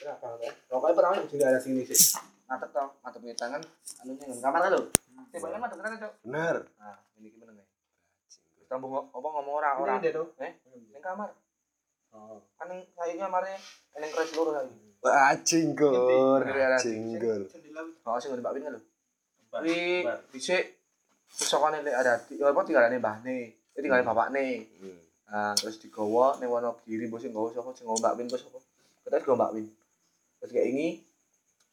Kenapa? Pak? Pokoknya pertama di daerah sini sih. Mantep tau, mantep punya tangan, anunya nggak kamar kan lo? Tembak kan mantep kan cok? Bener. Nah, ini gimana nih? Tambah ngo- apa ngomong orang orang? Ini dia tuh. Eh? Neng kamar, Oh. kan neng sayunya kamarnya, eh, neng keras seluruh lagi. Wah, cinggol, Ngerti, ngerti. cinggol. Jendela wis Oh, sih nggak dibakpin kan lo? bar. Wih, bar. bisa. Soalnya nih ada, di- apa tinggal nih bah nih, eh tinggal bapak nih. Nah, Ah, terus digawa ning Wonogiri mbok sing gawa sapa sing gawa Mbak Win terus sapa? Ketek gawa Mbak Win. Terus kayak ini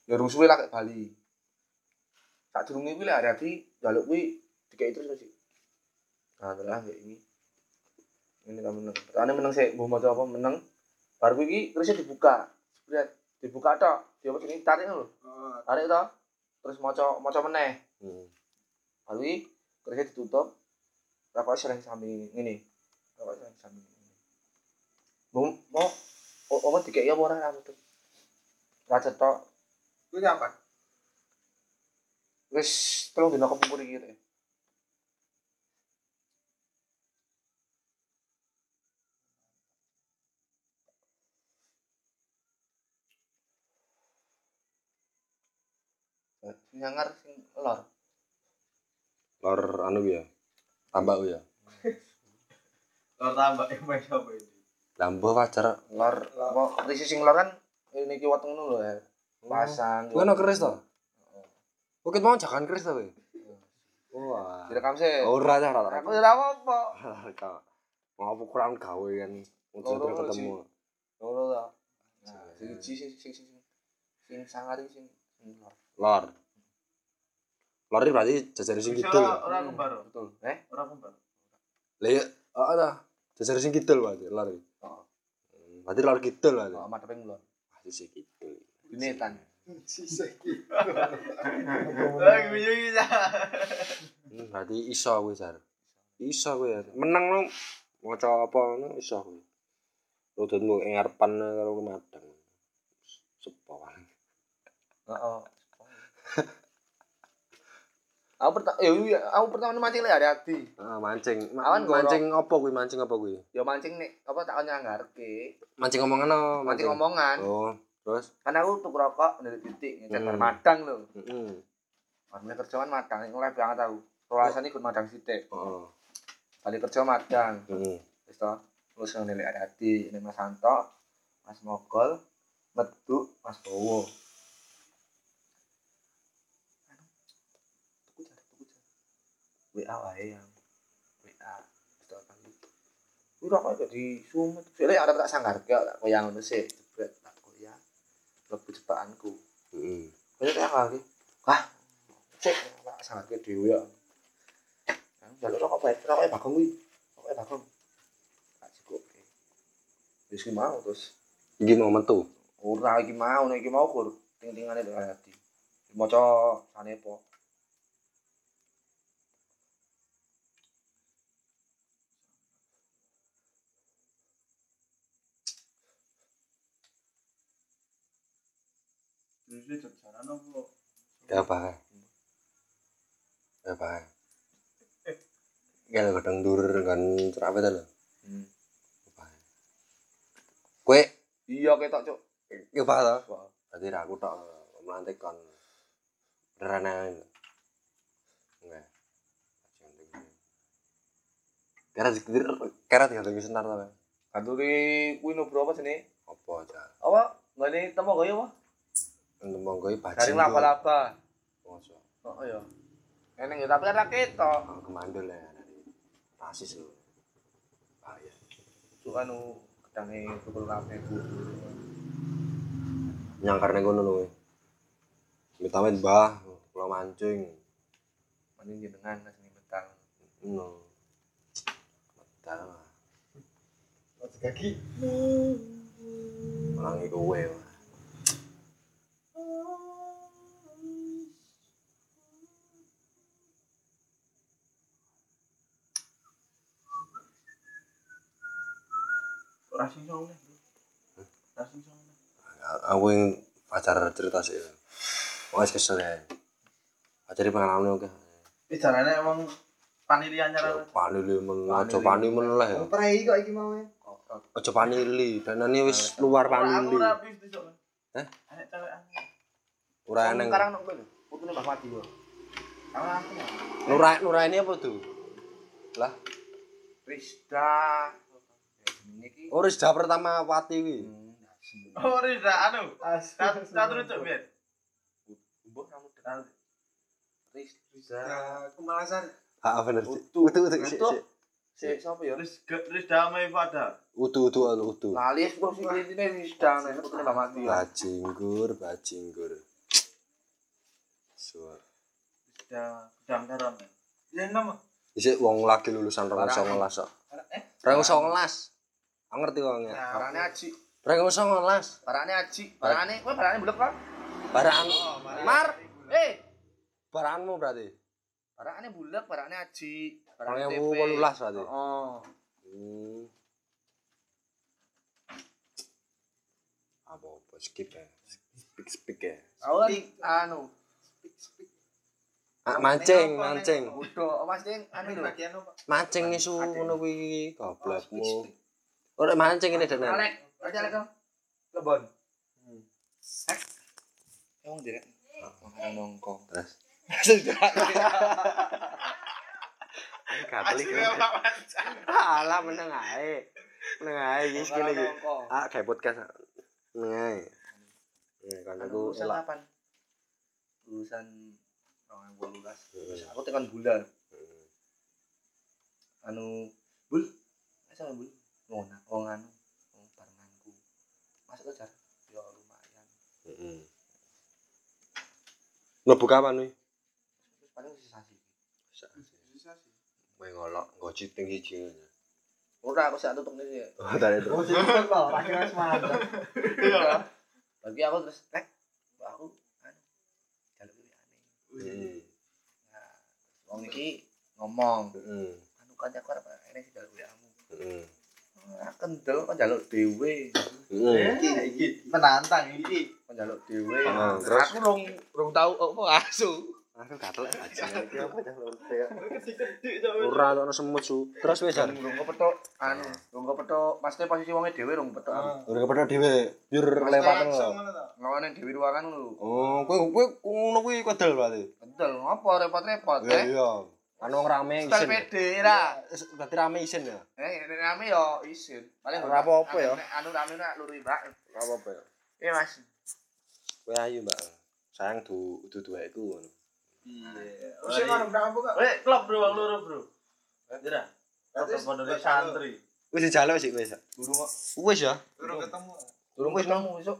ya rusuhe lah kayak Bali. Tak durunge kuwi lek arep jaluk kuwi dikai terus mesti. Nah, telah kayak ini. Ini kamu menang. Pertanyaan menang sih, gue mau apa menang. Baru ini terusnya dibuka, lihat dibuka toh, dia apa ini tarik loh, Oh. tarik toh, terus mau coba mau coba meneh. Hmm. Baru ini kerja ditutup. Rokok sering samping ini. Rokok sering samping ini. Mau mau o- omong dikeki apa ora rambut tuh. Ra cetok Kuwi apa? wis telung dina kepungkur iki rek. Sing nyangar sing lor. Lor anu ya. Tambah ya. Lor tambah yang main apa ini? Lambo wajar. Lor apa krisis sing lor kan ini ki weteng ngono lho ya. Pasang. Oh. Kuwi ono keris to? Bukit mau jangan keris to kowe. Wah. Oh, Direkam sih. Ora ora ora. Aku ora apa-apa. Kak, mau aku kurang gawe kan Loro untuk lho, ketemu Loro ta. Nah, sing Iya. siji sing sing sing sing sangar iki sing sing lor. lor lor ini berarti jajar sing kidul Ora ora kembar. Betul. Eh? Ora kembar. lah ya heeh ta jajar sing kidul berarti lor ini. Heeh. Hmm, berarti lor kidul berarti Oh, madheping lor. pasti sing kidul Dinetan. Sisa iki. Ah, guyu iki ta. Hmm, berarti iso kowe jar iso kowe Jar. menang lo maca apa ngono iso kowe rodotmu ing ngarepan karo madang sepo wae Heeh. Aku pertama ya iya, aku pertama mancing lek hati-hati. Ah, mancing Ma- Awan gorok. mancing apa kuwi mancing apa kuwi Ya mancing nek apa tak nyanggarke. mancing omongan apa Mancing omongan. oh terus Karena aku tuku rokok dari titik ngecat Hmm. bar madang lho. heeh Bar kerjaan madang, ngoleh banget aku. Rasane ikut madang sithik. heeh Balik kerja madang. heeh Wis to. Terus yang nilai ada di ini Mas Santo, Mas Mogol, Metu, Mas Bowo. Anu, Tuku jar, tuku jar. WA wae yang WA. Wis to kan. Kuwi rokok jadi sumet. Soale arep tak sanggarke tak koyang ngono sik, jebret tak koyang. Lebu cetakanku. heeh Kaya tak kali. Hah. Cek tak sanggarke dhewe ya. Kan jalur rokok bae, rokoke Bagong kuwi. Rokoke Bagong. Tak cukup. Wis ki mau terus Iki mau metu. ora iki mau nek iki mau kur ting-tingane bek ati. Maca sanepo. Terus iki jajaran apa? Ya apa? Ya apa? Ya lo kadang dur kan cerapet lho. Hmm. Apa? Kowe Iya ketok cuk. ya apa to? Wah, Berarti ra aku tok eh, melantik kon berenang. Enggak. Kira dikir kira dikir senar ta. Bang? Kanduri kuwi no berapa sini? Apa aja? Apa? Ngene temo kaya apa? Untuk monggo iki bajing. Garing laba-laba. Masa. Oh iya. Eneng ya tapi ora ketok. Aku kemandul ya. Rasis lho. Bahaya. Cuk anu kedange tukul kabeh ku. nyangkar ning kono lho. Mitamen mbah kula mancing. Mending jenengan seni betang. Ngono. Medal Wah. Lagi kaki. melangi kowe. Wah. Ora sing song neh. Ora sing song neh. A- Aku yang pacar cerita sih. Wes kesel ya. Pacari pengalaman oke. Wis jarane emang panili anyar. Panili men, aja panili men lah ya. Prei kok Eh, iki mau. Aja panili, danane wis luar Nah. Aku panili. ora habis besok. Hah? Anak cewek aku. Ora Nang nang karang nang kowe lho. Putune Mbah Mati lho. Kalau aku ya. nurai nuraine apa tuh? Lah, Rizda. Ya jenenge iki. oh Rizda pertama Wati kuwi. Hmm, Oh, Rida, anu. Satu satu itu, Ben. Mbah kamu kenal. Rizda. Kemalasan. Ah bener. Cik. Utu. Utu utu sik Utu. sik. Si sapa ya? Terus Rida sama Ifada. Utu utu anu, utu. Lali wis kok sing intine Rizda nek putune iya. Mbah Mati ya. Bajinggur, bajinggur. Suar. Rida Gedang Garam. ya. Ya nama. Isik wong lagi lulusan 2019 kok. Eh, 2019. Aku ngerti wong ya. Barane aji. 2019. Barane aji. Barane kowe barane blek kan? Barang oh, Mara. Mar. Anu, Eh, barangmu berarti. barane bulat, barane aji. 2018 berarti. Heeh. Hmm. Apa apa skip ya. Skip skip ya. Aku kan anu, Ah, mancing, mancing. bodoh. Mas Ding, anu lho. bagian apa? Mancing isu ngono kuwi goblokmu. Ora mancing ini dene. Alek, aja Alek. dong. Lebon. Eh. Emang direk. Makanan nongkong. Terus. Sudah. Katolik. Asli apa, Mas? Alah meneng ae. Meneng ae iki Makanan sekali iki. nongkong. Ah, kayak podcast. Meneng ae. Ya, kan Anu, aku Lulusan elak. kapan? Lulusan 2018. Terus Aku tekan bulan. Hmm. Anu, Bul. Masa Bul? Ngono, wong anu, wong barenganku. Masuk kejar. Ya lumayan. Heeh. Mlebu kapan nih? Terus paling sensasi. Kowe ngolok, nggo citing siji. Ora aku sak tutup ya. ngene. Oh, tadi itu. Iya. Bagi aku terus rek mbak aku anu jaluk ini aneh. Heeh. Nah, wong iki ngomong, Heeh. anu kanca aku arep enek sing jaluk WA-mu. Heeh. Ora kendel kok jaluk dhewe. Heeh. Iki, iki. Menantang iki. Kok jaluk dhewe. Ah, terus? aku rong rong tau opo asu. Aku katelek aja. Iki apa dah lonte. Kecil-kecil, Cok. Ora ono semut su. Terus wis jar. Jan rong kepethuk anu, rong kepethuk maksudnya posisi wonge dhewe rong kepethuk. Ah. Ora kepada dhewe. Yur lewat Langsung ngono. ngono to. Ngawone dhewe ruangan lho. Oh, kowe kowe ngono kuwi kedel berarti. Kendel ngopo repot-repot Iya, eh. iya. Anu wong Style rame isin. ya? pede ra. Eh, Berarti rame isin ya? Eh, nek rame yo isin. Paling Ora apa-apa ya. Anu rame nak luru mbak. Ora apa-apa ya. Eh Mas. Kowe ayu, Mbak. Sayang du du duwe iku ngono. Iya. Usia mana berapa kok? Weh, klub bro, wong loro bro. Jera. Berarti Tetep pondok sepuluh. santri. Wis dijaluk sih wis. Durung kok Wis ya. Turun ketemu. Durung wis nemu esuk.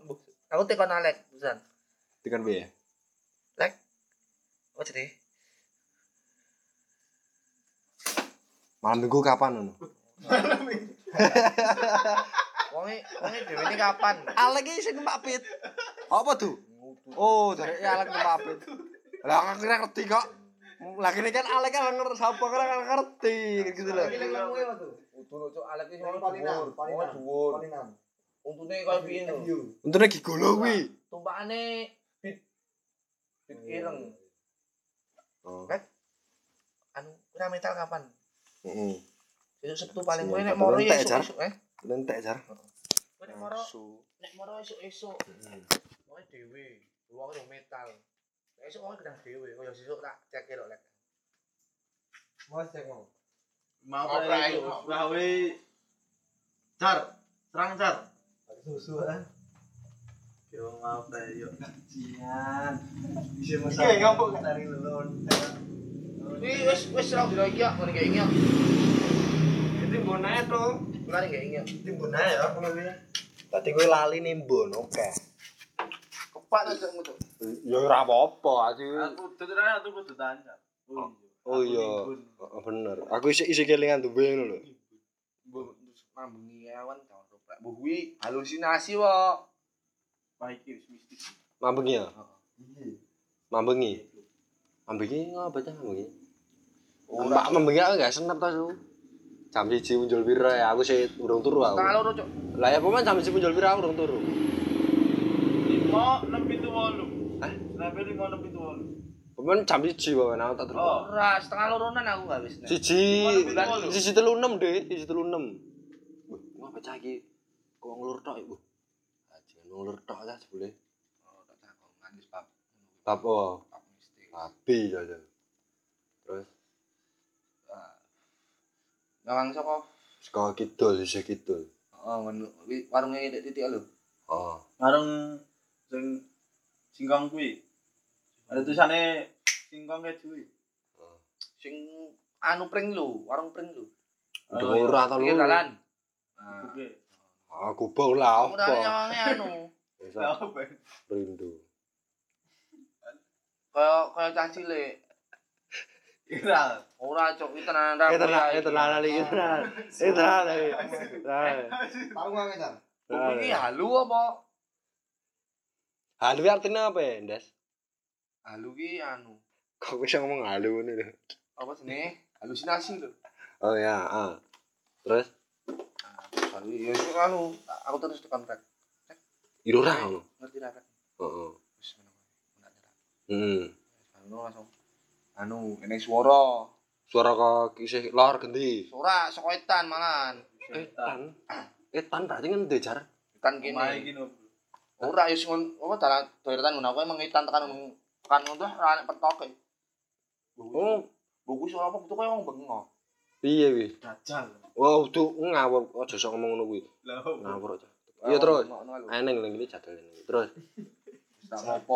Aku tekon Alek pisan. Tekan piye? Apa jenenge? Malam Minggu kapan ngono? Wonge wonge dhewe ini kapan? Alek iki sing mapit. Apa tuh? Ngutu. Oh, dari Alek mapit. Lah aku kira ngerti kok. Lah kene kan Alek kan ngerti sapa kira kan ngerti gitu loh. Pilih lemu ya tuh. Ngutu lho cuk Alek iki wong Paling enam, dhuwur. paling Wong enam. dhuwur. Paling enam. Untune kaya piye lho. FU. Untune gigolo kuwi. Tumpakane bit bit ireng. Oh. Anu kira metal kapan? Heeh. Besok Sabtu paling kowe Sing nek moro ya entek, Jar. esuk eh. Lentek jar. Kowe nek moro nek moro esuk-esuk. Wonge dhewe. Wong yo metal. Nek esuk wong gedang dhewe kaya sesuk tak cek lho Lek. Mau cek mau. Mau Mau ora prai, iku mau. gawe Jar, serang Jar. Pakai Susu kan. Yo ngapa yo. Cian. Bisa masak. Iya, ngambek. Tarik lelon. Iki wis wis ra dira iki kok ngene iki. Ini bonae to. Ora ngene iki. Timbun aja ya kalau ini. Tadi kowe lali ning mbon, oke. Kepak to cuk ngutu. Ya ora apa-apa, aku. Aku teteran aku kudu tanya. Oh Oh iya. Oh, bener. Aku isih isih kelingan duwe ngono lho. Mbok terus mambengi awan kawan rupak. Mbok kuwi halusinasi wae. Baik iya, wis mistis. Mambengi ya. Iya. Mambengi. Mambengi ngapa cah mambengi? Mbak mambengi aku gak senep ta, Su. Jam 1 muncul pira ya, aku sih urung turu aku. Tanggal loro cuk. Lah ya paman jam 1 muncul pira aku urung turu. Lima enam pitu wolu. Hah? Sampai lima enam pitu wolu. Paman jam 1 paman aku tak turu. Oh. Ora setengah loronan aku gak wis. Nek. Siji Paman turu. siji ya, 36 deh, siji 36. Wah, ngapa cah iki? Kok Ah, ngelur tok, Bu? Ajen nuler tok ta jebule. Oh, tak takon nganti sebab Bab oh, bab mistik. babi ya. ya. Terus Nawang saka saka kidul isih kidul. oh, ngono. Wi- warunge titik titik lho. Oh, Bareng sing singkong kuwi. Hmm. Ada tulisannya singkong keju. iki. Sing anu pring lho, warung pring lho. Oh, iya. ora to Pinggir lu. dalan. Oke. Aku bau lah Ora apa. nyawange anu. Besok Lah, apa? rindu. Kaya kaya cah cilik. Kira. Ora cok iki tenan ra. Eh tenan, eh tenan lali, eh tenan. Eh tenan lali. Tahu nggak kita? Iki halu apa? Halu iki artinya apa ya, Ndes? Halu ki anu. Kok bisa ngomong halu ngono lho. Apa jenenge? Halusinasi lho. Oh ya, ah. Terus Halu ya itu anu. Aku terus tekan rek. iru ra ngono. Ngerti ra rek? Heeh. Wis ngono. Ora nyerah. Heeh. Anu langsung anu ini swara. Suara kok isih lor gendi. Ora saka etan malahan. Eh, Etan. Etan berarti ngendi jar? Etan Omahe kene. iki no. Ora yo sing ngono apa dalan doiretan ngono aku emang ngetan tekan ngono. tekan ngono tuh ora nek petok. e. Oh, Buku soal apa butuh kaya wong bengok. piye wis? Dajal. Wah, udah ngawur, aja sok ngomong ngono kuwi. Lah, Ngawur aja. Kaya Iya wong terus. bengok ngono lho. Eneng ning ngene jadal ini. Terus Tak ngopo.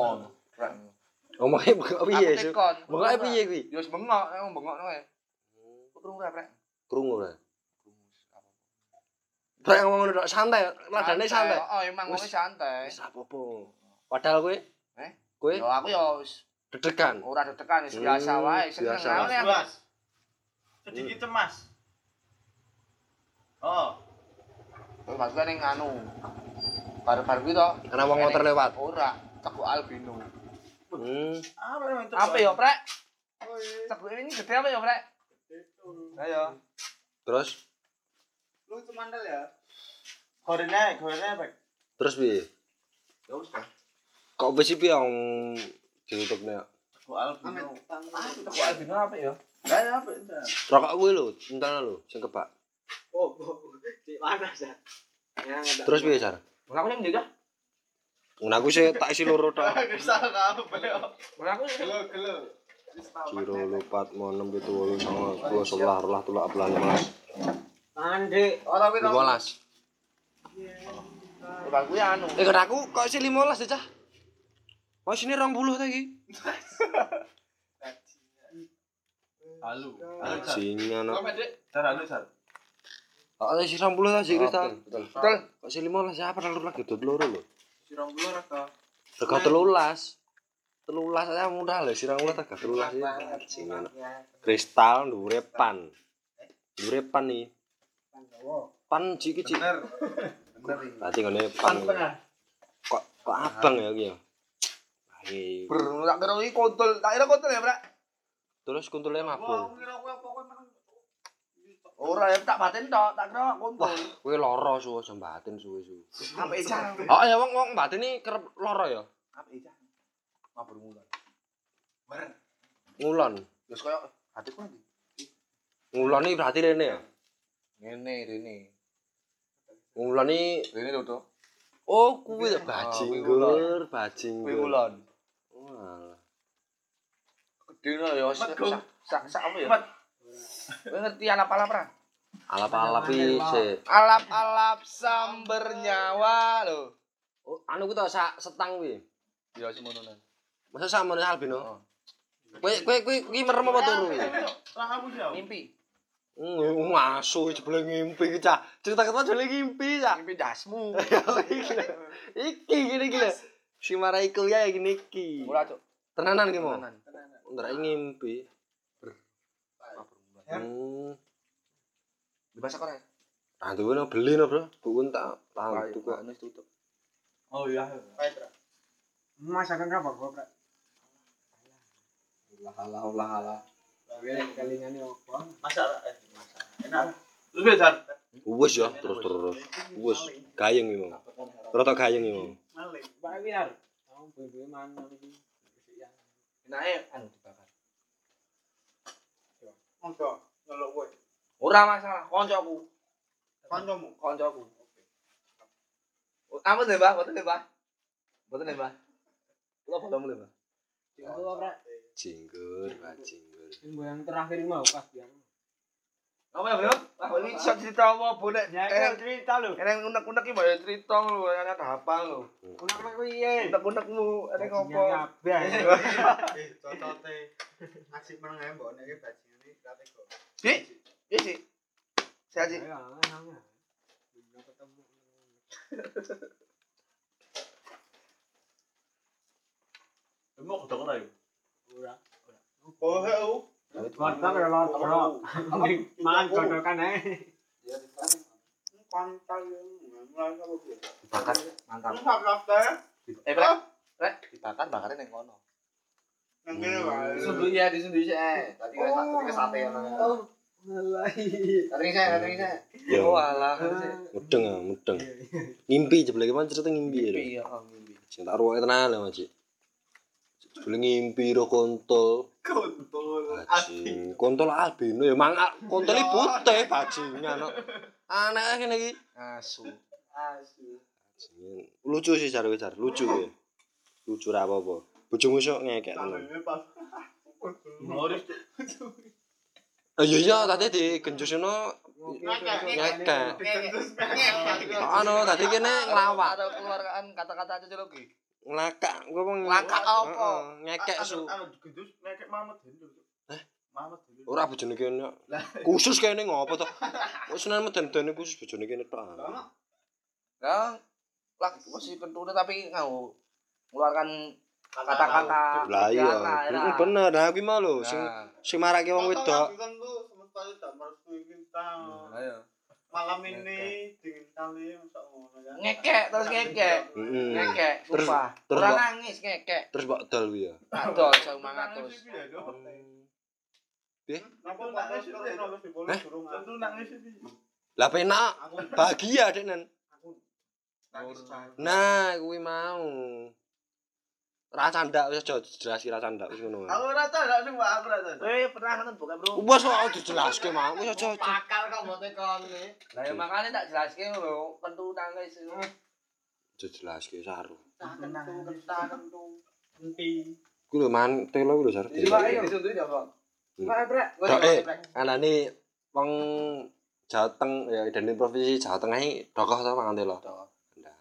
Ora. omongnya bengok Aku piye, Su? tekon. Bengoknya piye kuwi? Yo wis bengok, eh, wong bengok ngono. Kurung rek rek. Krungu ora? Rek ngomong ngono tok santai, ladane santai. Oh, emang ngono Wis. santai. Wis apa-apa. Padahal kowe Eh? Kowe Yo Oh, aku yo wis dedekan. ora deg-degan wis biasa Hmm, wae, seneng biasa. ngono ya. Jelas. Sedikit cemas. Oh, Terus maksudnya ning anu. Baru-baru itu Ana wong motor lewat. ora cekuk albino. Hmm. apa yang terjadi? Apa yo, Prek? Oh, iya. Cekuk ini gede apa yo, Prek? Ayo. Terus Lu cemandel ya? Goreng aja, goreng aja, Pak. terus piye? Ya wis dah. Kok wis piye yang ditutupne? Gua albino. Ah, cekuk albino apa yo? Lah, ya, apa itu? Rokok kuwi lho, entar lho sing kebak. Oh, di mana sih? Terus piye, Jar? Wong aku sing njajah. Ngono aku sih tak isi loro tok. Kesal kamu, Wong aku sing Gelo, gelo. Ciro lupat monem pitu wolu sama dua sebelah rolah tulak belan mas Mandi. ora kuwi to. limolas Ora kuwi anu. eh kan aku kok sih limolas ya cah oh sini rong puluh lagi Halo. anjing anak Sar, halo, Sar. oh sih rong puluh lagi kita Betul. betul kok sih limolas ya padahal lu lagi duduk loro lho Sirong dulu, Raka. rego telulas telulas aja mudah lah sih rong puluh agak telulas ya anjing anak kristal dure pan dure pan nih pan ciki ciki Bener. Bener ini. berarti ngene pan kok kok abang ya iki ya Ayo. Ber, tak kira iki kontol. Tak kira kontol ya, Prek. terus kuntulnya Wah, mabuk aku kira aku apa, kok menang. Ora ya tak paten tok, tak kira kontol. Kowe lara suwe jembatin suwe-suwe. Apa ejah? Oh ya wong wong batin iki kerep lara ya. Apa ejah? Mabur mulan. Ber. Ngulon. Terus koyo hatiku nanti. Ngulon iki berarti rene ya. Ngene, rene. Ngulon iki Rene lho, Dok. oh kuwi ya kuwi bajinggur, ngulon. Kuwi bajinggur. mulan. Walah. Gede lho ya. Sak Megung. sak sak apa ya? Met. Kowe ngerti alap-alap ra? Alap-alap iki sik. Alap-alap samber nyawa lho. Oh, anu ku to sak setang kuwi. Ya semono nang. Masa sama nih albino. Oh. Kowe kowe kowe iki merem apa turu? Lah, kamu jauh. Mimpi. Hmm, ngaso jebule ngimpi iki cah. Cerita ketua jebule ngimpi cah. Mimpi dasmu. Iki gini gini. Si marai kuliah ya gini iki. Ora, Cuk. Tenanan ki mau. Tenanan. Ndra ngimpi. Mabur mulan. Hmm. Dimasak ora? Ah, tuh no beli no bro, bukan tak tahu Ora, tuh tuku kok. anu tutup. Oh, iya. Masakan apa gua, Pak? Lah lah lah lah. Kelingan ini apa? Masak, eh, masak. Enak. Lu biasa. Wes ya, terus terus, wes gayeng nih mau, rotok gayeng nih mau. Malik. Pak Wiar. Tahu bebe mana iki? Enake anu dibakar. Monggo, nyeluk gue. Ora masalah, koncoku. Kancamu. Koncoku. Ampun deh, Mbah, mboten deh, Mbah. Mboten deh, Mbah. Kula boten deh, Mbah. Di Allah, Pak. Jinggur, Pak Jinggur. Yang yang terakhir mau pas dia. Apa ya, Bro? Lah, ini iso cerita apa, Bu? Nek Ya, cerita lu. Eneng unek-unek iki mbak ya cerita lho, ada apa lho. Kunak-kunak piye? Unek-unekmu eneng apa? Eh, Cocote. Ngasih meneng ae mbok nek bajingane kategori. Dik, iya sih. Sehat sih. Emang udah ora yo. Oh, heh, oh. Warteg ya lor, bro. Mangan cocokan ae. Ya, pantai mulai karo gue. Bakar, mantap. Ini sak rafter Eh, Rek, Rek, dibakar bakarnya neng kono. nang kene wae. Sundui ya, disundui sih. eh. Tadi kan tadi kan sate yang nang. Oh, mulai. Tadi saya, tadi saya. Ya, Oh, alah. mudeng ah, mudeng. Ngimpi jeblek kan cerita ngimpi ya. lho. Mimpi ya, oh, mimpi. Sing tak ruwake tenan lho, Mas. Jebule ngimpi ro kontol. Kontol. Ah, Bajing, kontol albino ya mang kontol putih bajingan kok. Aneh kene iki. Asu. Ah, Asu. Jenenge lucu sih jar jar lucu ya lucu ra apa-apa bojomu sok ngekek tenan Tangannya pas. Ngoris Eh, iya iya tadi di genjusno ngekek ono tadi kene nglawak Atau keluargaan kata-kata aja lagi. nglakak gua mau Nglakak apa? ngekek su Anu gendus ngekek mamet dulu. Eh? Hah? Mamet dulu. ora bojone kene khusus kene ngopo to wis nang meden-medene khusus bojone kene tok Ono. Ya, lah masih kentuna tapi ngau mengeluarkan kata-kata. lah iya Kata-kata, ya. Mm, bener nah kuwi mau lho sing Nah, sing marake wong wedok Kan lu semesta tidak merestui kita. Hmm, ayo. Malam ini dingin kali masa ngono ya. Ngekek, terus ngekek. Mm-mm. Ngekek, Hmm. Terus- sumpah. terus Orang kok- nangis ngekek. terus mbok dol kuwi ya Adol 1500. ya, Napa nak nangis itu ya? Nangis di bolos durung. Tentu nangis iki. lah penak Aku bahagia dek nan nangis banget. Nah, kuwi mau. Rasa ndak wis aja dijelaski rasa ndak wis ngono. Aku ora tau lak sing aku ora tau. Eh, pernah nonton bukan, Bro? Wes kok dijelaske mau wis aja. aja. Pakal kok bote kali. Lah ya makane tak jelaske lho, kentu nangis. Dijelaske saru. Tak kentu, kentak kentu. Enti. Ku lho man telo ku lho saru. Iya, disundui ya, Bro. Hmm. Pak, Bro. Gua Tok, coba, eh. Bro. Anane wong Jawa Teng ya identik provinsi Jawa Tengah iki dokoh ta mangan telo. Dokoh. Ndak.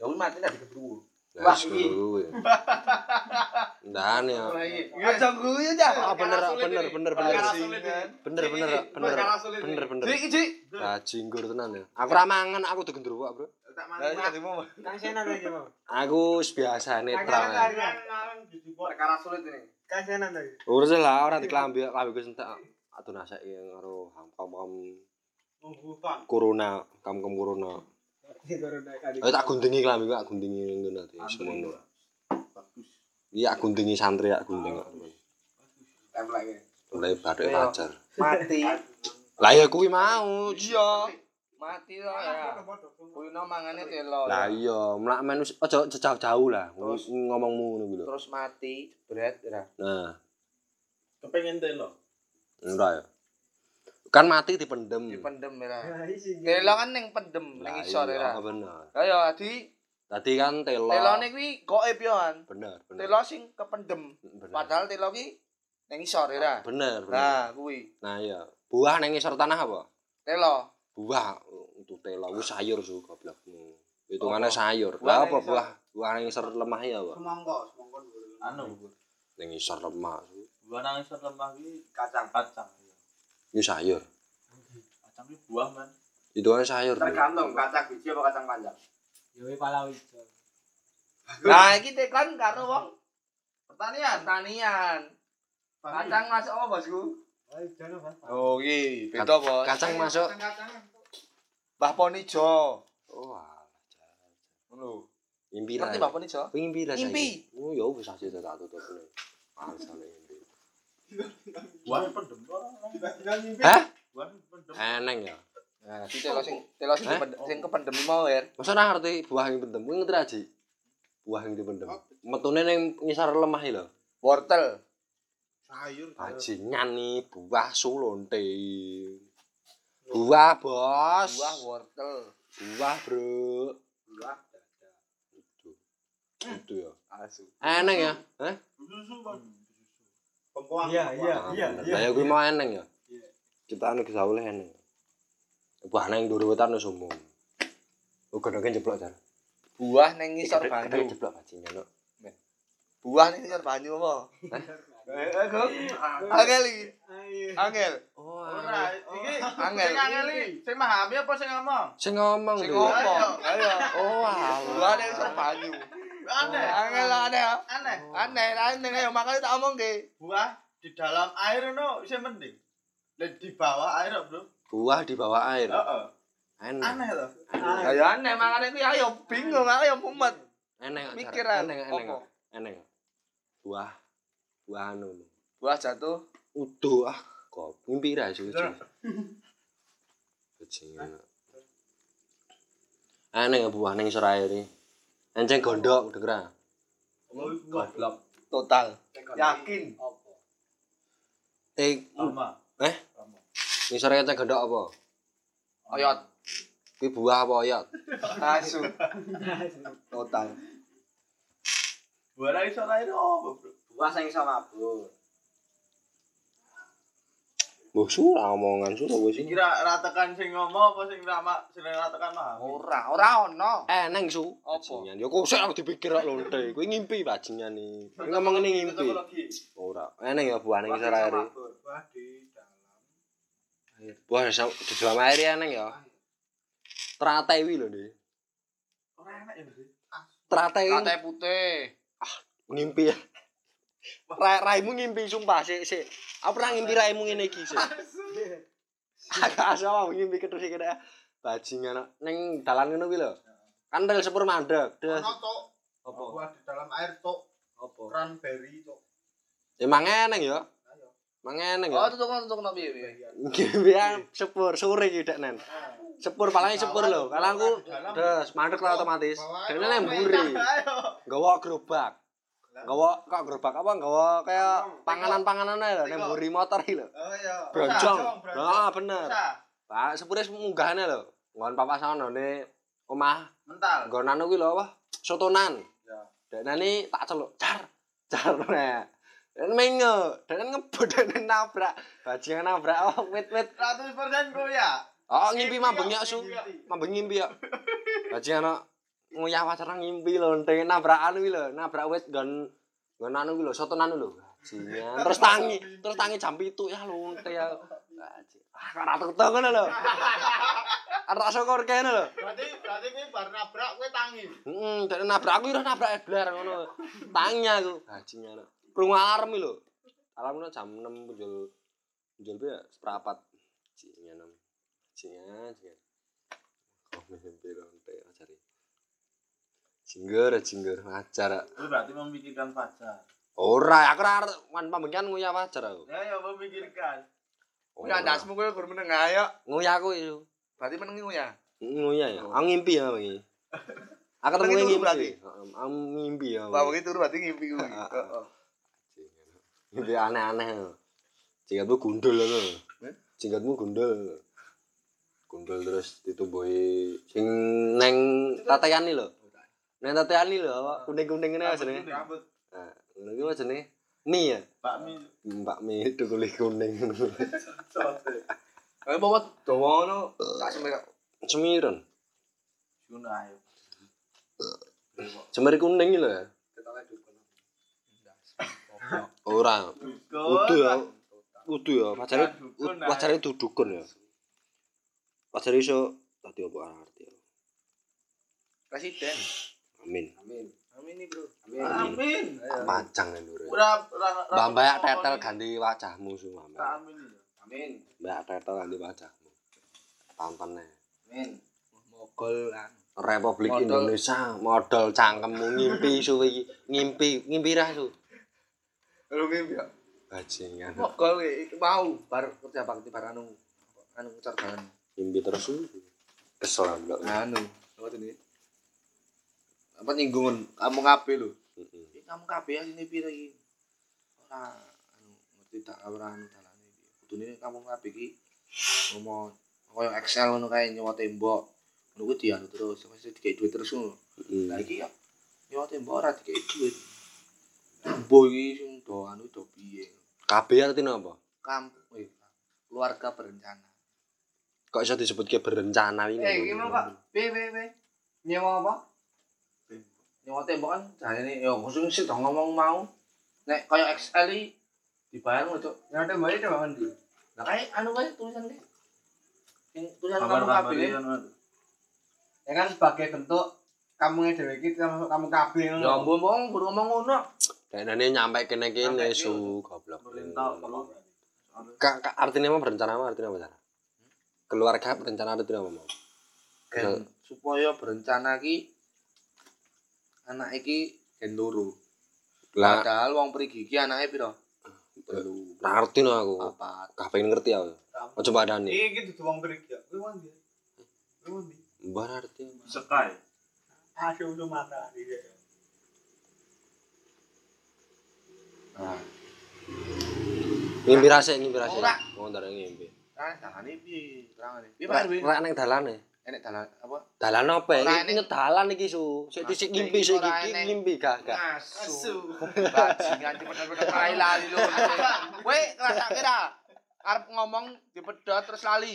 Ya wis mati tadi keburu. Wah, Lah wis iki. ngono ya. Ndan ya. Aja Iya, guyu ya. Ah bener bener bener bener. Perkara sulit ini. Bener bener bener. Perkara sulit ini. Bener bener. Dik, dik. Bajinggur tenan ya. Aku ra mangan aku degendruwo, Bro. Tak Lah mantap. mau. Kang Sena lagi, Bang. Aku wis biasa netral. kan? ya. Perkara sulit ini. Kang Sena lagi. Urus lah ora diklambi klambi ku sentek atuh nasek karo kaum-kaum Menggukan. corona, kaum-kaum corona. Ini corona kali. Eh tak guntingi klambi ku, tak guntingi ning ngono ati semono. Iya tak guntingi santri tak gunting kok. Mulai bathik Iya. pacar. Mati. Lah ya kuwi mau. Iya. Mati lo ya. Kuyuno mangane telo. Lah iya, mlak menus aja jauh-jauh lah Terus. ngomongmu ngono kuwi lho. Terus mati, berat ya. Nah, Kepengen telo. ora ya. Kan mati dipendem. Dipendem ya. Nah, isi. Telo kan ning pendem, Lah ning iya, isor ya. bener. Ayo adi, Tadi kan telo. telone kuwi goib yo han. bener, bener. Telo sing kependem. Bener. Padahal telo ki ning isor ya. bener, bener. Nah, kuwi. Nah iya, buah nang ngisor tanah apa? Telo. Buah untuk tela wis sayur su goblok. Hitungannya Apa? sayur. Buah Lah nang apa ngisor? buah? Buah nang ngisor lemah ya, Pak. Semongko, semongko. Anu, Nang ngisor lemah. su. buah nang isor lemah iki kacang-kacang. Ini sayur. Kacang iki buah man. Hitungannya sayur. Bu. Tergantung kacang biji apa kacang panjang. Yo pala ijo. Nah, iki tekan karo wong pertanian, pertanian. Kacang masuk apa, Bosku? Oh, ijo no, Bang. Oh, iki beda, Bos. Kacang masuk. Mbah Ponijo. Oh, alah, jar. Ngono. Mimpi lah. Ngerti Mbah Ponijo? Mimpi lah. Mimpi. saya. Oh, ya wis aja tak tutup. Alasan mimpi. Buah pendem ora. Hah? Buah pendem. Eneng ya. Nah, iki telo sing Oh. telo sing Eh? kependem- sing kependem mau, Her. Masa ora ngerti buah yang pendem? Kuwi ngerti aja. Buah yang dipendem. Metune ning ngisor lemah iki lho. Wortel. Sayur. Bajingan nih, buah sulonte. Buah, Bos. Buah wortel. Buah, Bro. Buah dada. Itu. Itu ya. Asu. Eneng ya? Hah? Hmm, Bengkoang. Iya, iya, iya, iya. Lah ya kuwi mau eneng ya. Iya. Ciptaan Gus Sauleh eneng. Buah nang dhuwur wetan wis umum. Uga nang jeblok jar. Buah neng ngisor Kedhe- kedhe banyu. jeblok bajingan kok. Buah neng ngisor banyu apa? Eh, eh, kok. Angel iki. Angel. Oh. Ora, iki Angel. sing angel iki, sing mahami apa sing ngomong? Sing ngomong Sing lho. ngomong. Ayo. Oh, Buah Allah. neng ngisor banyu. Aneh, Angel aneh. ya. aneh. Aneh, aneh ayo makane tak omongke. Buah di dalam air no isih mending. Lah di bawah air bro. Buah di bawah air. Heeh. Eneng. Aneh loh. Eneng. Ayo aneh makane kuwi ayo bingung ayo mumet. Eneng. kok, Jar. Mikiran. Eneng, eneng. Apa? kok. Eneng. kok. Buah. Buah anu. lho. Buah jatuh. Udu ah kok mimpi ra sih kucing. Kucing. Aneh ya buah ning sore iki. Enceng gondok denger ah. Goblok. Total. Yakin. Eh, Lama. eh ning sore enceng gondok apa? Oyot. Kuwi buah apa ya? oyot? Asu. Total. Buah ra iso air apa bro? Buah sing iso mabur. Mbok surah omongan surah wis Iki ra ra tekan sing ngomong apa sing ra ma- sing ra tekan mahami. Ora, ora ono. Eh, Eneng su. Apa? Bajingan. Ya kok sik aku dipikir kok lonte. Kuwi ngimpi bajingan iki. Kuwi ngomong ini ngimpi. Cocokologi. Ora. Eneng ya buah ning Buah sing sore iki. iso mabur. Buah di dalam. Buah sa- di dalam air ya eneng ya. Teratewi lho, Dik. Ora enak ya bro. Teratewi Rantai putih. ngimpi ya. Ra raimu ngimpi sumpah sik sik. Aku ora ngimpi raimu ngene iki sik. Agak asal aku ngimpi ketus iki kena bajingan ning dalan ngono kuwi lho. Kan rel sepur mandek. Des. Ono tok. Apa? Buah di dalam air tok. Apa? Cranberry tok. Emang eneng ya. Emang eneng ya. Oh, tutuk no, tutuk no, piye, piye. Ngimpi ya sepur sore iki dek nen. Sepur palange sepur lho. Kalau aku des mandek lah otomatis. Dene lemburi. Nggawa gerobak. Nggawa kok gerobak apa nggawa kaya panganan-panganan ae lho ning mburi motor iki Oh lho. iya. Bronjong. Bronjong. Nah, bener. Pak sepure munggahane lho. Ngon papa sanane omah Mental. nggonan kuwi lho apa? Sotonan. Ya. Deknane tak celuk, car. Car nek. Dan menge, dan ngebut dan nabrak, bajingan nabrak, oh wit-wit, 100% gue ya. oh ngimpi mabeng ya su, Ngimpi. mabeng ngimpi ya, bajingan no, nguyah pacaran ngimpi lho, nanti nabrak anu kuwi lho, nabrak wit gon, gon anu kuwi lho, sotonan kuwi lho, bajingan, terus tangi, terus tangi jam itu ya lho, nanti ya, bajingan, ah kok ratu tau lho, rasa syukur kene lho, Berarti berarti kowe bar nabrak kowe tangi. Heeh, dari Hmm, nabrak aku ora nabrak eblar ngono. Tangnya aku bajingan. Krungu alarm iki lho. Alarmnya jam 6 punjul punjul piye? ya? Seprapat. Jingan. Jingan, jingan. ah, Kok mimpi lonte ajari. ah, Jingger, jingger ajar. Lu berarti memikirkan pacar. Ora, aku ora arep wan pambengian nguyah wajar aku. Ya ya memikirkan. Kuwi andasmu kuwi gur meneng ayo. Nguyah aku itu. Berarti menengi ku ya. Nguyah ya. Aku ngimpi ya bengi. Aku Bengi ketemu turu ngimpi. berarti? Heeh, Aku ngimpi ya. Wah, bengi. begitu turu berarti ngimpi kuwi. Ah, ah, Heeh. Jadi aneh-aneh. Jinggatmu gundul lho. Eh? Jinggatmu gundul. Gundul terus ditumbuhi sing neng tatean iki lho. Neng tatean iki lho, apa, kuning-kuning ngene jenenge. Rambut Nah, ngono iki apa jenenge mie ya. bakmi. Mbak mie tukuli kuning. Ayo bawa dawa ngono. Tak semir. Cemiran. Guna ayo. Cemir kuning iki lho ya. Ketoke dukun. Ora. Udu ya. Udu ya, pacare Dukun, nah. pacare dudukun ya. Pacare iso tadi apa arti ya. Presiden. Amin. Amin. Amin nih, Bro. Amin. Iya. Panjang lho. Ora ora ora- kan Mbak Mbak ora- Tetel kan? ora- ganti wajahmu semua Tak Mbak. amin ya. Amin. Mbak Tetel ganti wajahmu. Tontonnya. Amin. Mogol lan. Republik Model. Indonesia model cangkemmu ngimpi suwi iki. ngimpi ngimpi ra su. Lu ngimpi ya. Bajingan. Mogol iki mau bar kerja bakti bar anu anu cerdangan. Ngimpi terus su. Kesel aku lho. Anu, apa ini? Apa Ah, nyinggungun kamu kabeh lho. Heeh. Ini kamu kabeh ya sini pira iki? Ora anu ngerti tak ora anu dalane iki. Kudune kamu kabeh iki ngomong koyo Excel ngono kae nyewa tembok. Ngono kuwi dianu terus, mesti dikei duit terus ngono. Lah iki ya yo tembok ora dikei duit. Mbo iki sing do anu do piye. Kabeh artinya apa? Kamp eh, keluarga berencana. Kok iso disebutke berencana ini? Eh, gimana Pak? B, B, B. Nyewa apa? Nyewa tembok kan jane yo khusus sih dong ngomong mau. Nek kaya XL iki dibayar ngono, Cuk. Ya ada mbak itu bangun di. Lah kae anu kae tulisan iki. Sing tulisan kamu Kamar-kamar kabeh. iya, Mas. Ya kan sebagai bentuk kamu yang dewe kita masuk kamu kabel. Ya ampun, Bang, buru ngomong ngono. Danane nyampe kene kene Nyampe su goblok. Mm. Merintah, kalau Kak ka, artinya apa berencana apa artinya apa? Sarah? Keluarga berencana artinya apa? Mam? Gen, supaya berencana ki anak iki gen loro. Lah, eh, Padahal wong perigi ki anake piro? Telu, nah ngerti no aku. papat. Kabeh ngerti aku. Ojo padane. Iki gitu wong pergi ya. Kuwi wong dia. Kuwi wong dia. Mbah arti. Sekai. Aduh, lu mata. Iya. Nah, Ngimpi rasik, ngimpi rasik. Ora. Ngono ngimpi. kan dalane piye? Terangane. Piye Pak RW? Rek rek nang dalane. Enek dalan apa? Dalan apa? Ora Ini ngedalan iki su. Sik Maksudnya disik ngimpi iki sik ora iki enek. ngimpi gak gak. Asu. Bajingan cepet-cepet lari lali lho. Kowe ngrasake ra? Arep ngomong dipedot terus lali.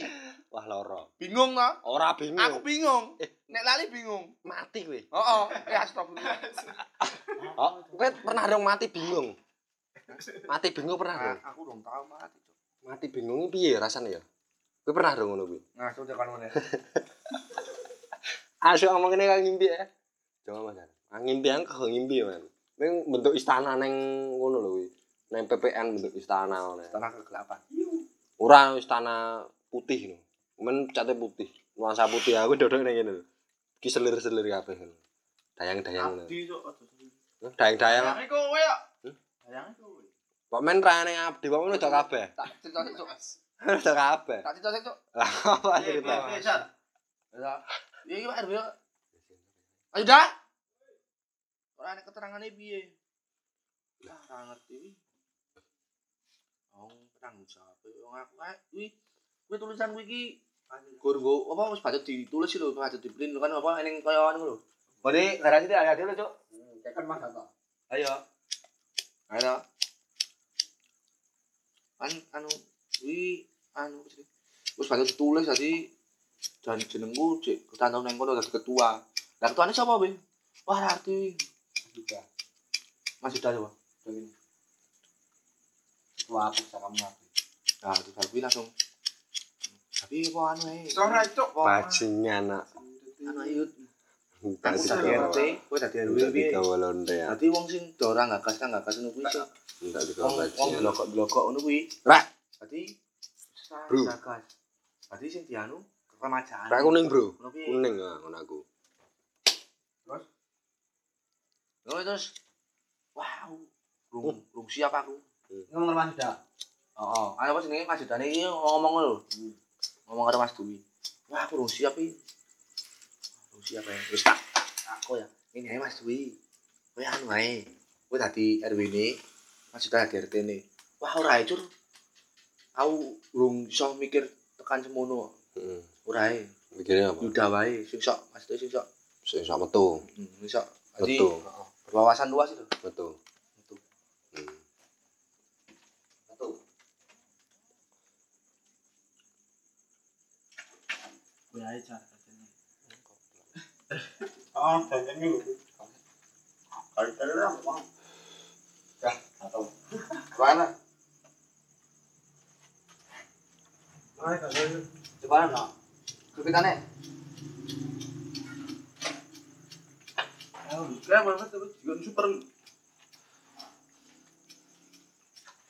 Wah loro. Bingung kok. Ora bingung. Aku bingung. Nek lali bingung. mati kowe. Oh, oh, ya astagfirullah. Oh, kowe pernah dong mati bingung. Mati bingung pernah dong. Aku dong tau mati. Cuk. Mati bingung iki piye rasane ya? Kowe pernah dong ngono kuwi. Nah, sudah kan meneh. Asyik ngomong ini kan ngimpi ya. Coba mas, ah, ngimpi yang kau ngimpi man. Neng bentuk istana neng ngono loh, neng PPN bentuk istana ngono. Tanah kegelapan. Ura istana putih no. Men catnya putih, nuansa putih aku dodok neng ini. Ki selir selir kabeh ngono. Dayang dayang ngono. Abdi sok aduh. Dayang dayang. Dayange kowe ya. Hmm? Dayange ya? kowe. Pak men raya neng abdi, pak men udah kabeh. Tak cerita sik, Cuk. Udah kabeh. Tak cerita sik, Cuk. Lah apa Iya, cerita? iya, iya. Ya. Ya iki Pak RW. kok. Ayo dah. Ora nek keterangane piye? Lah, ora ngerti iki. Wong tanggung jawab wong aku kae kuwi kuwi tulisan kuwi iki gur nggo apa wis baca ditulis sih lho, baca di print kan apa ning kaya ngono lho. Berarti garasi tidak ada dulu, Cuk. Tekan mas apa? Ayo. Ayo. Kan anu kuwi anu apa jenenge? Wis padha ditulis tadi dan jenengku cek ketandang nang kono dadi ketua. Lah ketuane sapa be? Wah, Rati. Juga. Mas Yuda coba. Begini. Wah, aku sama kamu aku. Nah, itu kuwi langsung. Tapi apa anu ae? Ora cok. Bajingan nak. Anu ae. Yud. Tak Aku dadi RT, dikawal. kowe dadi RW Tak piye? dikawal ndek. Dadi wong sing dora gagas kang gagas ngono kuwi. Cuk. Tak Wong dikawal wong bajingan. blokok-blokok ngono kuwi. Rak. Dadi Bro. gagas. Dadi sing dianu remajaan. Rak kuning, Bro. Ngono piye? kuning ah ngono aku Lalu terus, wow, Oh. rung, rung siap aku. Ngomong mas dah. Oh, oh. ada pas ini Mas Yudhani ini ngomong lho. Ngomong karo Mas Dwi. Wah, aku rung siap ini. Rung siap ya. Terus tak, aku ya. Ini aja Mas Dwi. Kowe anu ae. Kowe dadi RW ini, E. Mas Yudhani dadi RT ini. E. Wah, ora ae, Cur. Aku rung iso mikir tekan semono. heeh Ora ae. Hmm. mikirnya apa Yuda wae sing sok Mas Dwi sing sok. sing sak metu Hmm, sing sok. Jadi, metu berwawasan luas itu. metu Metu. Hmm. Metu. Kowe ae jar katene. Ah, dayange lho. Kalter lah, Bang. Mana? Ae kalter. Coba no. Kepitane. Eh, Kayak banget tapi juga super.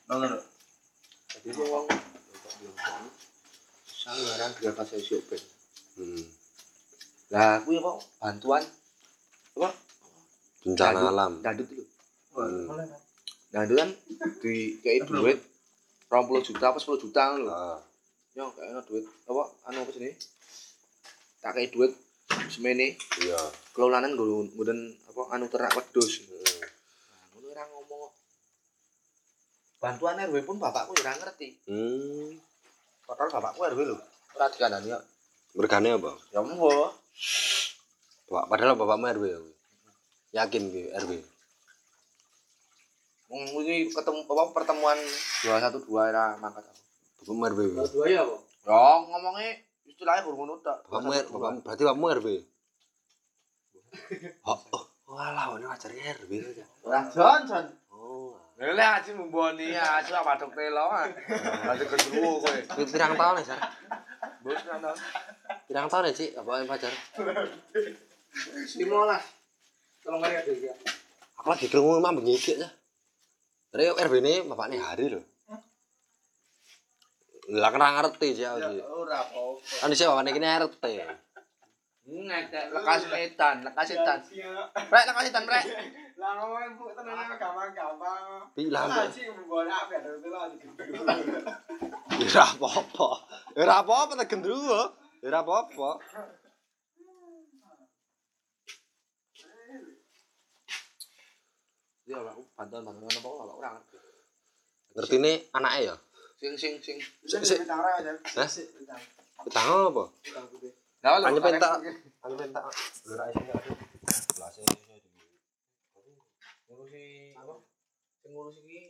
Nonton lho. Jadi wong sangaran gerakan saya siok ben. hmm. Lah kuwi apa bantuan bencana Dadu. alam dandut lho. Hmm. Dandut kan dikei duit 20 juta apa 10 juta ngono lho. Ah, Yo gak ono duit apa anu apa sini? Tak kei duit semene iya kelolanan nggon apa anu ternak wedhus. Hmm. Nah, Ngono ora ngomong kok. Bantuan RW pun bapakku ora ngerti. hmm. Padahal bapakku RW lho. Ora dikandani kok. mergane apa Ya mbo. Wah, padahal bapakmu RW ya. kuwi. Yakin gue RW. Wong ini ketemu apa pertemuan 212 era mangkat aku. Bapakmu RW. kuwi. Dua ya, Bu. Ya ngomongnya istilahnya burung ngono tak. Bapakmu, bapakmu berarti bapakmu RW. Oh, oh, walah, ini acaranya RW saja. Lah Jon Jon. Oh. Lha aja mboni ya asu apa dok telo. Aja kesuwo kowe. Kuwi pirang tahun ya, Sar? Bos nonton. Pirang tahun ya, Cik? Apa pacar? Lima lah. Tolong kali ada ya. Aku lagi krungu mah bengikik ya. Dari RW ini bapaknya hari loh. Lah kena ngerti sih Ya, aku. Ora apa-apa. Kan sih bapaknya kini RT. Ngekek lekas setan, lekas setan. Siap. Prek lekas setan prek. Lah ngomongin bu tenang gampang-gampang. Bilang Lah sih mbok ora apa itu lah. Ora apa-apa. Ora apa-apa tak gendruwo. Ora apa-apa. Ya aku bantuan bantuan apa ora ora ngerti. Ngertine anake ya. Sing sing sing. Sik sik. Hah? Utang apa? Lah Hanya karek- pentak. Hanya pentak. Ora iso. Lah sing ngurusi apa? Sing ngurusi iki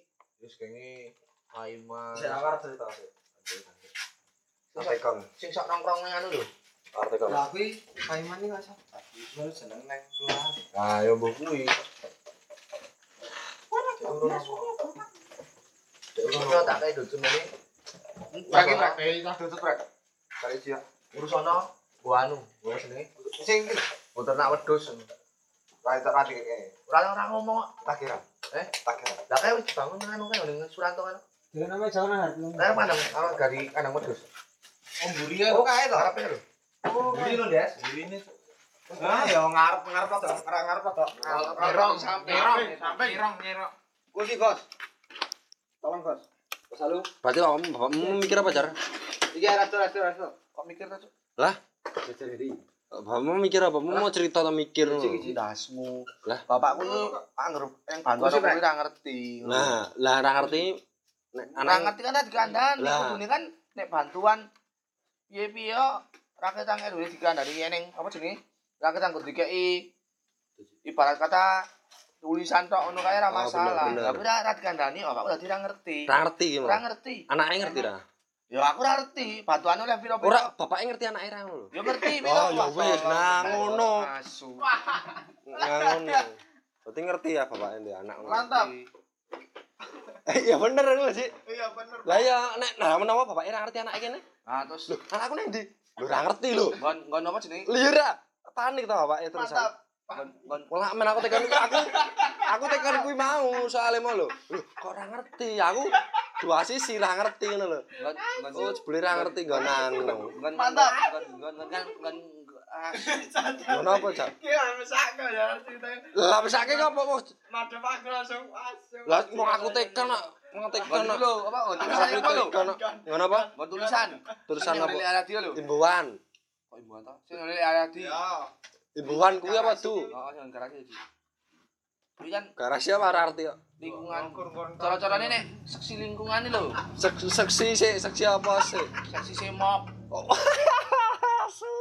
wis kene Aiman. cerita sih. Artekon. Sing sak nongkrong nang anu lho. artikel. Lah kuwi Kaiman iki gak sabar. Iku seneng nang kelas. Nah, ya mbok kuwi. Yo tak kae duduk ngene. Lagi Pak. Kali dia urus ana gua anu, gua senenge. Sing iki. Gua ternak wedhus. Lah itu kan kayak Ora ora ngomong. kok. takiran. Eh? takiran. Lah kae wis bangun nang anu kae ning Suranto kan. Dene nama jawaban hati. Kae pandang ana dari kandang wedhus. Oh, mburi ya. Oh kae to arepe lho. Mburi lho, Des. Nah, ya ngarep ngarep to, ngarep ngarep to. Ngerong sampe. sampai irong nyerok. Kursi Gos. Tolong, Bos. Berarti bapakmu bapakmu mikir apa, Jar? Iki resto resto resto. Kok mikir ta, Cuk? Bapakmu mikir apa? Bapakmu mau cerita atau mikir? Dasmu. Lah. bapakku tuh anggere yang bantuan Kursi, aku Pak. ora ngerti. Nah, lah ora ngerti nek Ora anak ngerti kan tadi kandhan, Lah. kudune kan nek bantuan piye-piye raketang RW dikandani eneng apa jenenge? Raketang kudu dikeki ibarat kata tulisan tok ngono kae ora Ah, masalah. bener, bener. Tapi ora ora dikandani kok aku dadi ora ngerti. ora ngerti ki. Ora ngerti. Anake ngerti ra? Ya aku ora ngerti, bantuan oleh piro-piro. Ora bapake ngerti anake ra ngono lho. Ya ngerti piro. Oh, ya wis, nah, ngono. Asu. Nah, ngono. Berarti ngerti ya bapaknya dia anak ngono. Mantap. Eh, ya bener ngono sih. Iya bener. Lah ya nek nah menawa bapake ora ngerti anake kene. Nah, terus Lho, anakku nek ndi? Lho ora ngerti lho. nggon nggon apa jenenge? Lho ora panik ta bapake terus. Mantap. Nggon nggon Wala men aku tekan aku aku tekan kuwi mau soalnya mau lho. Lho kok ora ngerti. Aku dua sisi ora ngerti ngono lho. nggon nggon- Oh, jebule ora ngerti nggonan. nggon mantap. Nggon nggon nggon kan nggon asu. Ngono apa, Cak? Ki ora mesak kok ya ceritanya. Lah mesake kok apa? Madep aku langsung langsung. Lah mau aku tekan nak, mau Nggon tekan nak. dulu apa? Oh, Nggon tulisan apa Aku lho? tekan nak. Ngono apa? Nggon tulisan. Tulisan Sing oleh apa? Aradi lho. Imbauan. Kok ibu ta? Sing oleh Aradi. Ya. Imbauan kuwi apa, Du? Heeh, Oh, sing garasi iki. Kuwi kan Garasi apa ora arti kok? lingkungan. Ngongkur-ngongkur. Cara-carane nek seksi lingkungan lho. Sek- Seksi sih, seksi apa sih? Seksi semop. Oh, Asu.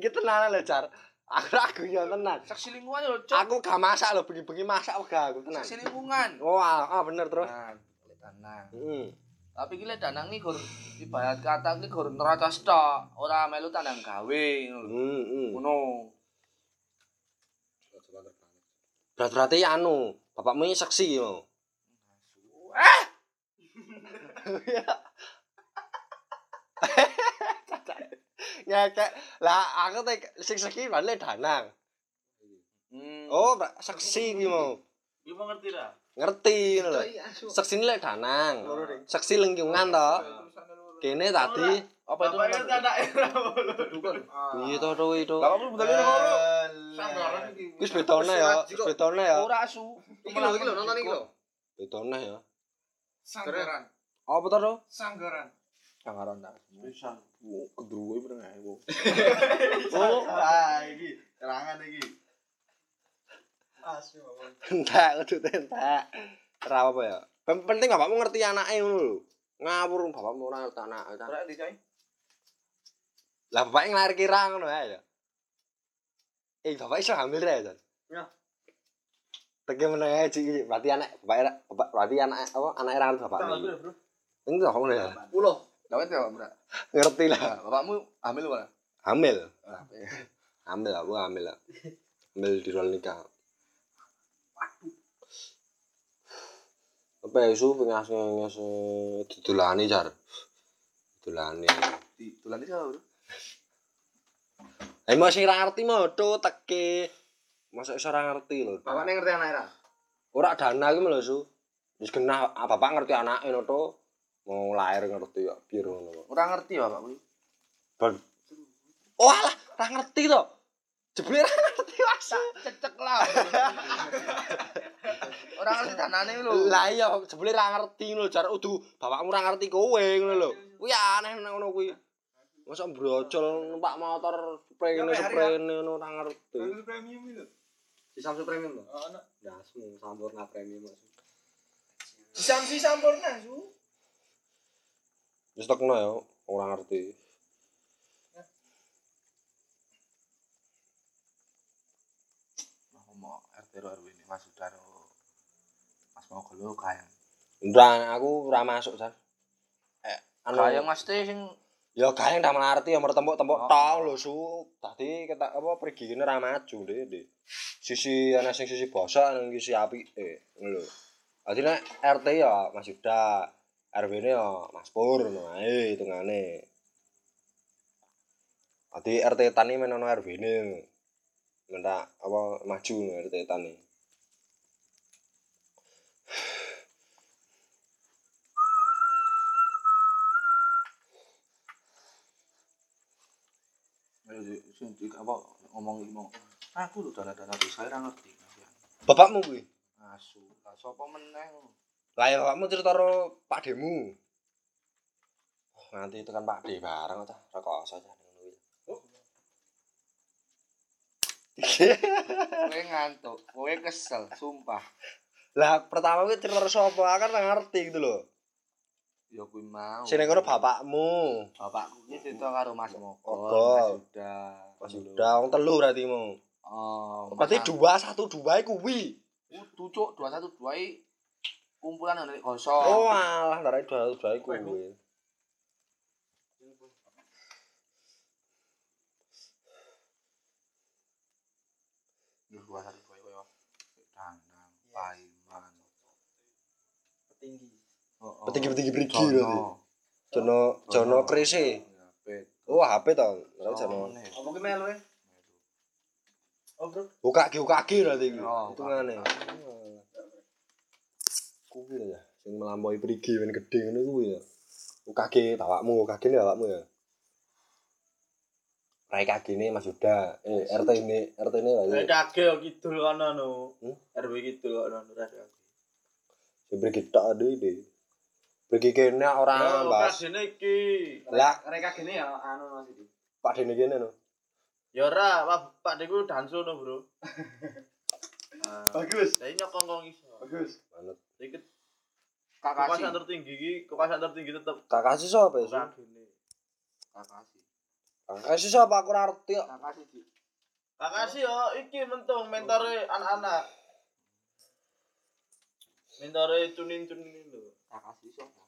Iki tenanan lho, Jar. Aku aku yo tenan. Seksi lingkungan lho, Cuk. Aku gak masak lho, bengi-bengi masak wega aku tenan. Seksi lingkungan. Wah, ah bener terus. Nah, Hmm, oleh tanah. Heeh. Tapi ki lek danang iki gur ibarat kata ki gur nerocos tok, ora melu tandang gawe ngono lho. Heeh. Ngono. Berarti anu, bapakmu ini seksi yo. Eh! ngekek lah aku tek sing seki balik danang Hmm. oh bra- seksi ki mau Lu mau ngerti dah? ngerti ngono lho seksi ini lek danang seksi lengkungan to kene apa itu? tadi Bapaknya namanya? tak era. iya to to itu Lah, kamu bentar-bentar ngono. Sanggaran iki. wis bedone ya wis bedone ya Ora asu. Iki lho, iki lho nonton iki lho. bedone ya Sanggaran. apa to Sanggaran. Kangaron tak. Pisan. Kedruwe bener ae wong. oh Ah, iki kerangan iki. Asu. Bapak. entek kudu entek ora apa ya Yang penting bapakmu ngerti anake ngono lho ngawur bapakmu ora ngerti anake Ora ndi coy? lah bapaknya ngelahir kira ngono ae ya eh bapak iso hamil ra ya Jan? Ya. Teke meneng ae cik iki. berarti anak bapak ra- bapak- berarti anak apa anak ra anut bapak. Tanggal berapa, Bro? Ini toh ngono ya. Ulo. Lawet ya, Mbak. Ngerti lah. Nah, bapakmu hamil ora? Hamil. Hamil aku hamil lah. Hamil di luar nikah. Apa isu pengas ngas didulani jar. Didulani. Ditulan iki lho. Emosi ra ngerti modho teke. Masa iso ra ngerti lho. Bapaknya ngerti anak era. Ora dana iki lho, Su. Wis genah ah, bapak ngerti anake lho to. Mau lahir ngerti kok piro ngono kok. Ora ngerti bapakmu. Ben. Oh alah, ra ngerti to. Jebule ra ngerti wae. Cecek lah. Ora ngerti danane lho. Lah iya, jebule ra ngerti lho, jar udu bapakmu ra ngerti kowe ngono lho. Kuwi aneh nek ngono kuwi. Mosok brocol numpak motor sprene sprene ngono ra ngerti. premium itu. Di Samsung Premium loh. Dasmu sampurna premium maksud. Samsi sampurna, Su. Wis tekno ya, ora ngerti. Ngomong RT RW ini Mas Sudaro. Mas mau gelo kayang. Ora aku ora masuk jan. Eh, anu- Kayang Mas teh sing Ya kayang ndak melarti ya mertembok-tembok Oh. tok lho su. Tadi kita apa pergi kene ra maju ndek ndek. Sisi ana sing sisi bosok ana sing sisi apike ngono lho. Dadi nek RT ya Mas Yuda, RW-ne ya Mas Pur ngono ae hitungane. Dadi RT tani men ana RW-ne. Minta apa maju RT tani. Ya, di- sing di- apa ngomong iki mau. Aku lho dana-dana desa ora ngerti. Bapakmu kuwi. Asu. Lah sapa meneh? Lah ya kamu cerita karo Pak Demu. Oh, nanti tekan Pak D bareng ta, ora kok aja ngono kuwi. Kowe ngantuk, kowe kesel, sumpah. Lah pertama kuwi cerita karo sapa Aku kan ora ngerti gitu lho. Ya kuwi mau. Sing ning kono bapakmu. Bapakku iki cerita karo Mas Mokol, Mokol. Mas Sudah. Pas udah wong telu berarti mu. Oh, Berarti Mas- dua satu dua iku kuwi. Kudu cuk 212 iki kumpulan nek gosok. Oh alah ndarani dua satu dua iku kuwi. Yo 212 koyo Danang, Paiman. Petinggi. Oh, oh. Petinggi-petinggi brigi Jono. berarti. Jono Jono Krise. Ya, Bet. Oh HP to. Ndarani Jono Jono. meneh. Apa ki melu ya? Oh, Ukake ukake berarti iki. Oh, Hitungane. Kuwi lho ya, sing melampaui perigi men gedhe ngene kuwi ya. Ukake awakmu, ukake ne awakmu ya. Rai kagene Mas Yuda, eh RT ini, RT ini lho. Nek kage yo kidul kono no. Hmm? RW kidul kono no. Sing perigi tok aduh iki. Perigi kene Oh, ora Mas. Kagene iki. Lah, Mereka gini ya anu Mas iki. Pak Dene kene no. Ya ora, Pak Pak Deku danso no, Bro. Ah. Bagus. Lah nyokong kong iso. Bagus. Manut. Iki Kakasi. kekuasaan tertinggi iki, kekuasaan tertinggi tetep Kakasi sapa ya? Su? kagene. Kakasi. Kakasi sapa aku ora ngerti kok. Kakasi Ci. Makasih yo, iki mentung mentore anak-anak. Mentore cunin-cunin lho. Kakasi sapa?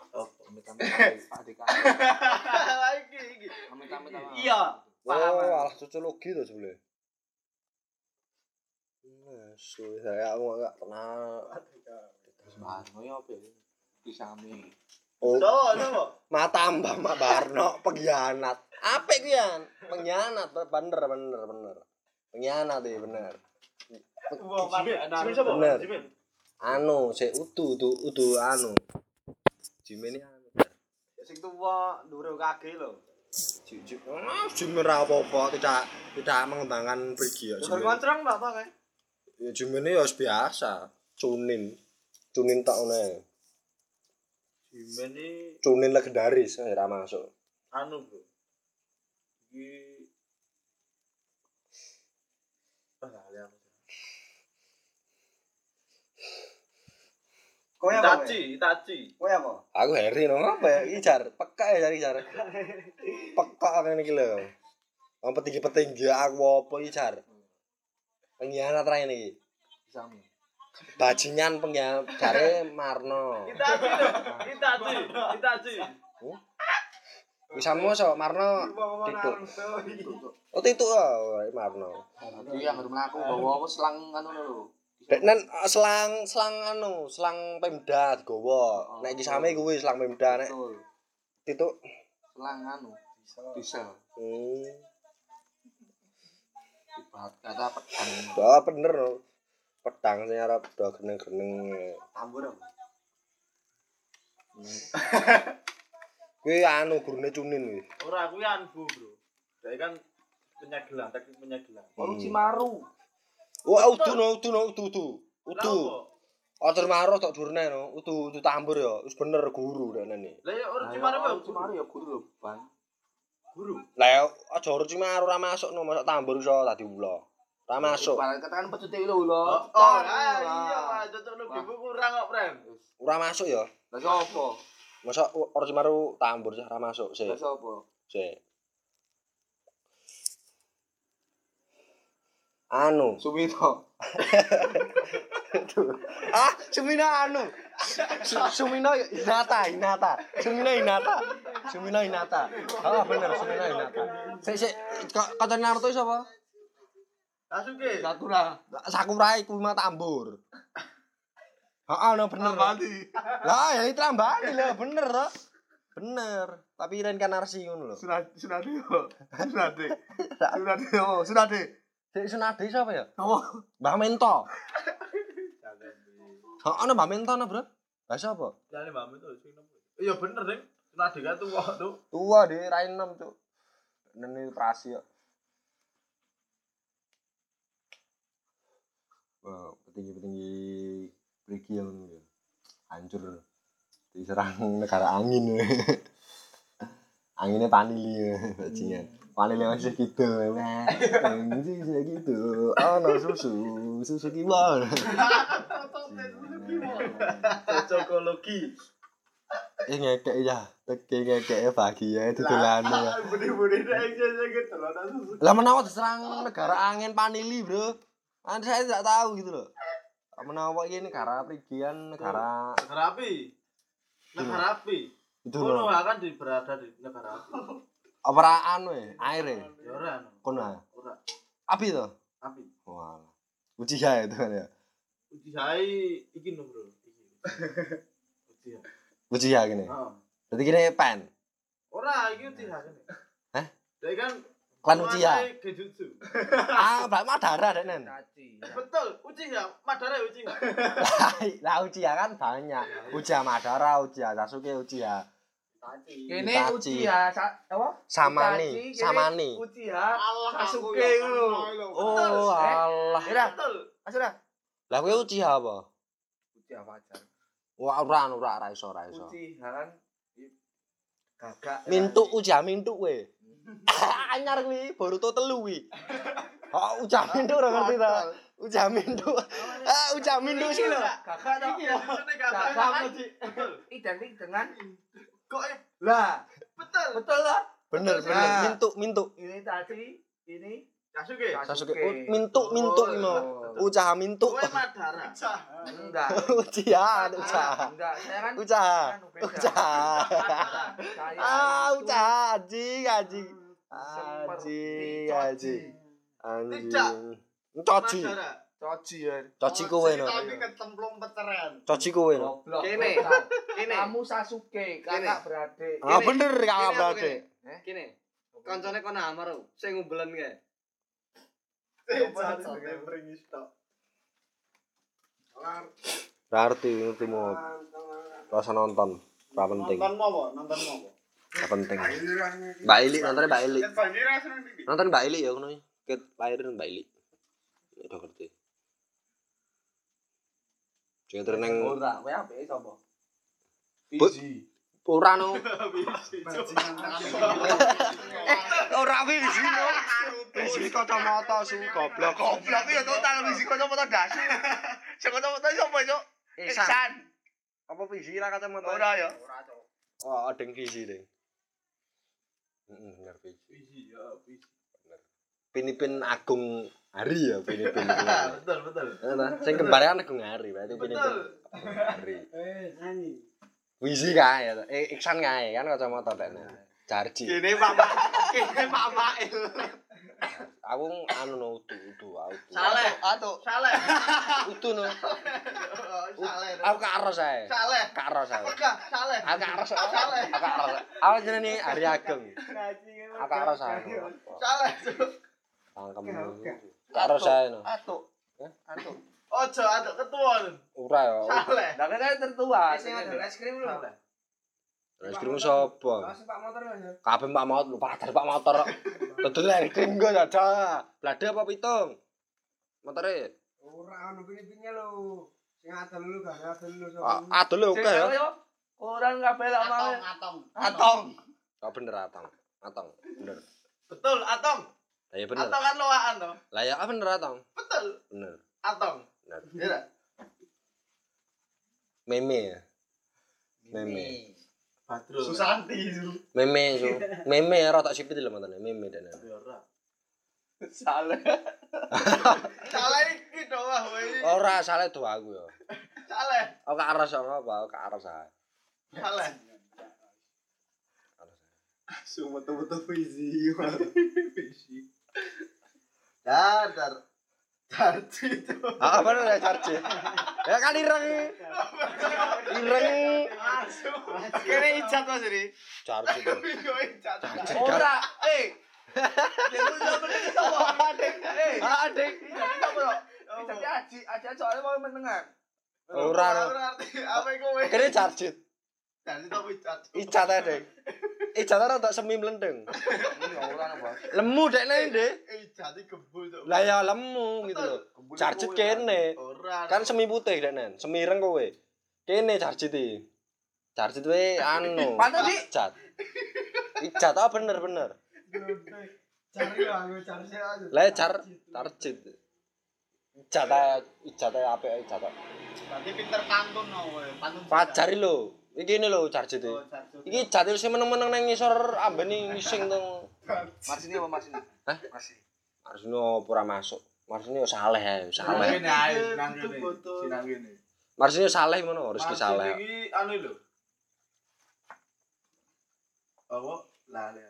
Apa? Amit-amit Pak Deka. Lah iki iki. Amit-amit sama. Iya. Paham, Oh, paham. alah cocologi to jebule. Nah, suwe saya aku enggak kenal. Barno ya apa ya? Kisami. Oh, Cowok, cowok. mata mbak mbak Barno pengkhianat apa itu ya pengkhianat bener bener bener pengkhianat ya bener Jimin, Jimin siapa? Bener. Jimin. anu saya utu utu utu anu Jimin ini anu Sing tuwa ndure kage lho. Jimin ah, Jimin apa apa tidak tidak mengembangkan pergi ya Dokter Jimin ngoncrong Pak apa kae? ya Jimin ini harus biasa cunin cunin tak oleh Jimin ini cunin legendaris eh, ra masuk anu bro iki ah lali aku Kowe apa? Itachi kowe? Itachi Kowe apa? aku Harry no apa ya ijar peka ya cari jar peka apa ini gila Yang petinggi petinggi aku apa ijar Pengkhianat ra ini iki. Sami. Bajingan pengkhianat jare Marno. Kita aja, kita aja, kita aja. Wisanmu sok Marno tituk. Oh tituk oh rek Marno. Jadi yang harus melaku bahwa aku selang anu lho. Deknen eh, selang selang anu, selang Pemda gowo. Nek iki same kuwi selang Pemda nek Betul. tituk. Selang anu. Diesel. Hmm. Ibarat kata pedang. Oh bener no. Pedang sing arep do geneng-geneng. Tambur apa? Hmm. Kuwi anu gurune cunin kuwi. Ora kuwi anbu, Bro. Dek kan penyegelan, teknik penyegelan. Orang Hmm. Cimaru. Wah, udu no, udu no, udu, udu. Lah Udu. apa? Otor maro tok durne no, udu, udu tambur ya. Wis bener guru dene. Lah ya urut cimare wae Nah, orang Cimaru ya guru lho, Bang. guru. Lah aja ora cuma ora masuk no, masuk tambur iso tadi ulo. Ora masuk. Ibarat kata kan pecut lho lho. Oh, Pedang, ah, iya, Bang. Pak. Cocok lebih kurang kok, Prem. Wis. Ora masuk ya. Lah sapa? Masa ora cuma tambur sih ora masuk sih. Lah sapa? Sih. Anu. Sumito. Ah, Sumina anu. Su- Sumina Hinata, Hinata. Sumina Hinata. Sumina Hinata. Oh, bener Sumina Hinata. Sik sik kok kata Naruto sapa? Sasuke. Sakura. Sakurai kuwi mah tambur. Heeh, no bener. Trambani. Lah, ya itu Trambani lah, bener toh. Bener. Tapi reinkarnasi ngono lho. Sunade, sunade, sunade, Ra- sunade, oh, sunade. Dek Sunade sapa ya? Apa? Mbah Mento. Heeh, no Mbah Mento no, Bro. Lah sapa? Jane mbakmu tuh sing nemu. Iya bener, Ding. Sunade kan tuwa tuh. Tua deh, Rai 6, Cuk. Nene prasi kok. Wah, petinggi-petinggi Brigil ngono ya. Hancur diserang negara angin. Anginnya panili ya, bajingan. Panili masih gitu. Wah, panili masih gitu. Oh, no susu, susu kiwon. Cocokologi. Eh ngekek ya, teki ngekek bahagia itu tulane ya. Budi-budi nek iki sing delok susu. Lah menawa diserang negara angin panili, Bro. Anda saya tidak tahu gitu loh. Menawa ini negara perigian, negara Negara api. Negara api. itu Kono loh. akan di berada di negara api. Operaan we, air we. Ya ora no. Kono ah. Ora Api tuh. api. Wah. Ujiha itu kan ya. Uji saya iki no, Bro. Iki. Uji. Ujiha gini. Heeh. Berarti gini pen. Ora iki uji sakene. Hah? Dek kan Klan Ujiha. menguasai Genjutsu. Ah, berarti mah darah deh nen. Caci. Betul, Uchiha, Madara Uchiha. Lah Ujiha kan banyak. Ujiha Madara, Ujiha Sasuke, Ujiha Kene Itachi. uji ya, sa- apa? Samani, Itachi, kene Samani. Uji ya. Sasuke Sasuke itu lho. Oh Eh, Allah. Ira, Betul. asura. Lah kowe Ujiha apa? Uji apa aja? Wah, ora ora ora iso, ora iso. Uji kan i- gagak. Mintuk ujah mintuk we. Anyar kuwi Boruto telu kuwi. Oh, ujah mintuk ora ngerti ta. Ujah mintuk. Ah, ujah mintuk sih lho. Gagak to. Iki ya sesune gak salah. Gak sama, Uji. Betul. Identik dengan Kok eh, lah. betul. Betul lah. Bener bener Nah. mintuk mintuk. Ini tadi ini Sasuke. Sasuke u- mintuk mintuk iki mau. Ujah mintuk. Kowe Madara. Enggak. Ujah, ujah. Enggak, saya kan Ujah. anu, beda. Ujah. Saya Ah, itu ujah anjing anjing. seperti Anjing coci. anjing. Anjing. Tidak. Coci. Madara. Oh, Coci ya. Coci kowe no. Tapi ketemplung peteren. Coci kowe no. Goblok. Kene. Bukan. Kene. Kamu Sasuke, kakak beradik. Ah bener kakak Kene apa berarti. Eh? Kene. Koncone kono amar. Sing ngumbelan kae. Satu tempring tok. Ra arti ngerti mau. Rasa nonton. Ra penting. Nonton mau apa? Nonton mau apa? Ra penting. Mbak Ili kan nontonnya Mbak Ili. Ket Bani ra seneng iki. Nonton Mbak Ili ya ngono. Ket lahirin Mbak Ili. Ya udah ngerti. Cerita neng Ora, kowe apike sapa? Bu- Biji. ora no. Bajingan tekan. Ora wis no. Wis iki kacamata su goblok. Goblok ya total wis kok apa to dasu. Sing kok apa sapa yo? Eh, Ihsan. Apa biji ra kacamata? Ora yo. Oh, ada visi deh. Heeh, bener visi. Uji ya, uji. Pinipin Agung Ari ya pini pini. betul betul Saya kembali anak ngari, berarti pini betul ngari. Eh, nani. Wisi kae ya, eh Iksan kae kan kacamata tekne. Jarji. Kene Pak Mak, kene Pak Mail. Aku anu no utu utu utu. saleh Atuk. saleh Utu Oh, no. saleh Aku gak aros ae. saleh Gak aros aku. Enggak, saleh Aku gak aros. Aku gak aros. Aku jenenge Ari Ageng. Aku gak aros aku. saleh Pangkem. Gak aros ae no. atuk Hah? atuk ojo atuk ketua lu. Ora ya. saleh Lah kan saya tertua. Ah, Eh, sing ada es krim lho. Terus krim sapa? Oh, sing Pak motor lho. Kabeh Pak Maut lu padahal Pak Motor. Dodol ae krim kok ada. Blade apa pitung? Motore. Ora ono pinipinnya lho. Sing ada dulu gak ada dulu Ah, sapa. Adole oke ya. Kurang kabeh lah mau. atong Atong. Kok bener atang. Atang. Bener. betul atong Lah ya bener. atong kan loaan toh Lah ya ah, bener atang. betul Bener. atong Bener. Iya tak? Meme ya. Meme. Susanti itu Meme itu. Meme ya rotok sipit lho mantan. Meme dan. Salah. saleh iki doang wah woi Ora salah tuh aku ya. saleh Aku gak aras ora apa, aku gak aras ae. saleh Aras ae. Semua teman-teman isi. dar dar dar itu Ah, bener ya charge. Ya kan ireng. Ireng Kene ijat Mas Ri. charge. tuh. Charge. kan. ora eh Jadi lu udah beli sama adek eh Ah, Dek. Jadi Tapi aji, aji soalnya mau mendengar. Ora. no. arti apa kowe Kene charge. jadi tapi jatuh Icat ae, Dek. Icat ora tak semi mlendeng. Ya orang bos. Lemu dekne, Dek. eh jadi gebul tuh Lah ya lemu gitu loh. Charge kene. ora kan semi putih dek nen semi ireng kowe kene jarjit iki jarjit we anu Pantes, Dik. ijat ijat ah bener bener Cari lah, aku cari sih aja. le jar jarjit ijat ae ijat ae apik ae ijat ae. Berarti pinter pantun no kowe, pantun. pajari lho iki ini lho jarjit iki. iki ijat sing meneng-meneng nang ngisor ambene ngising to Masih ini apa masih ini? Hah? Masih. Marsino ora masuk Marsino yo saleh ae saleh ya, Kene ae, nang Itu kene. botol. Sinang kene. Marsino saleh ngono rezeki Masjid saleh iki anu lho. Apa? Lali.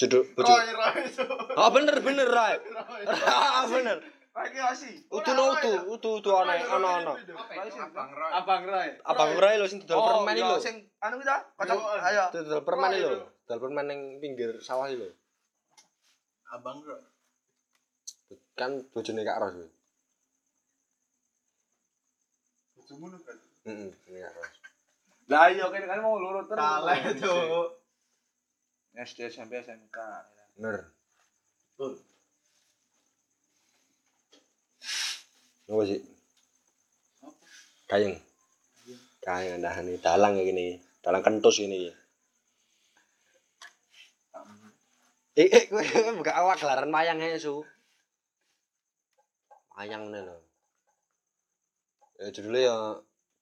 jeduk bojo Roy Roy itu. oh bener bener rae Roy. Ah, bener Lagi osi. utu no utu utu utu ana ana ana Abang Roy. Abang Roy. Abang Rai lho sing didol Oh, permen iki Oh, iya, lho. Sing anu kita kocok Yo, ayo. Didol permen iki lho. Didol permen ning pinggir sawah iki lho. Abang Roy. Kan bojone Kak Ros kuwi. Bojomu lho. kan? Heeh, ini Kak Ros. Lah iya kene kan mau lurut terus. Saleh itu. SD SMP SMK. Bener. Betul. Ngopo sih? Kayeng. Kayeng andahane dalang iki nih. Dalang kentus ini iki. Eh, eh, kowe buka awak gelaran wayang ae, Su. Wayang ngene lho. Ya judule Eh, ya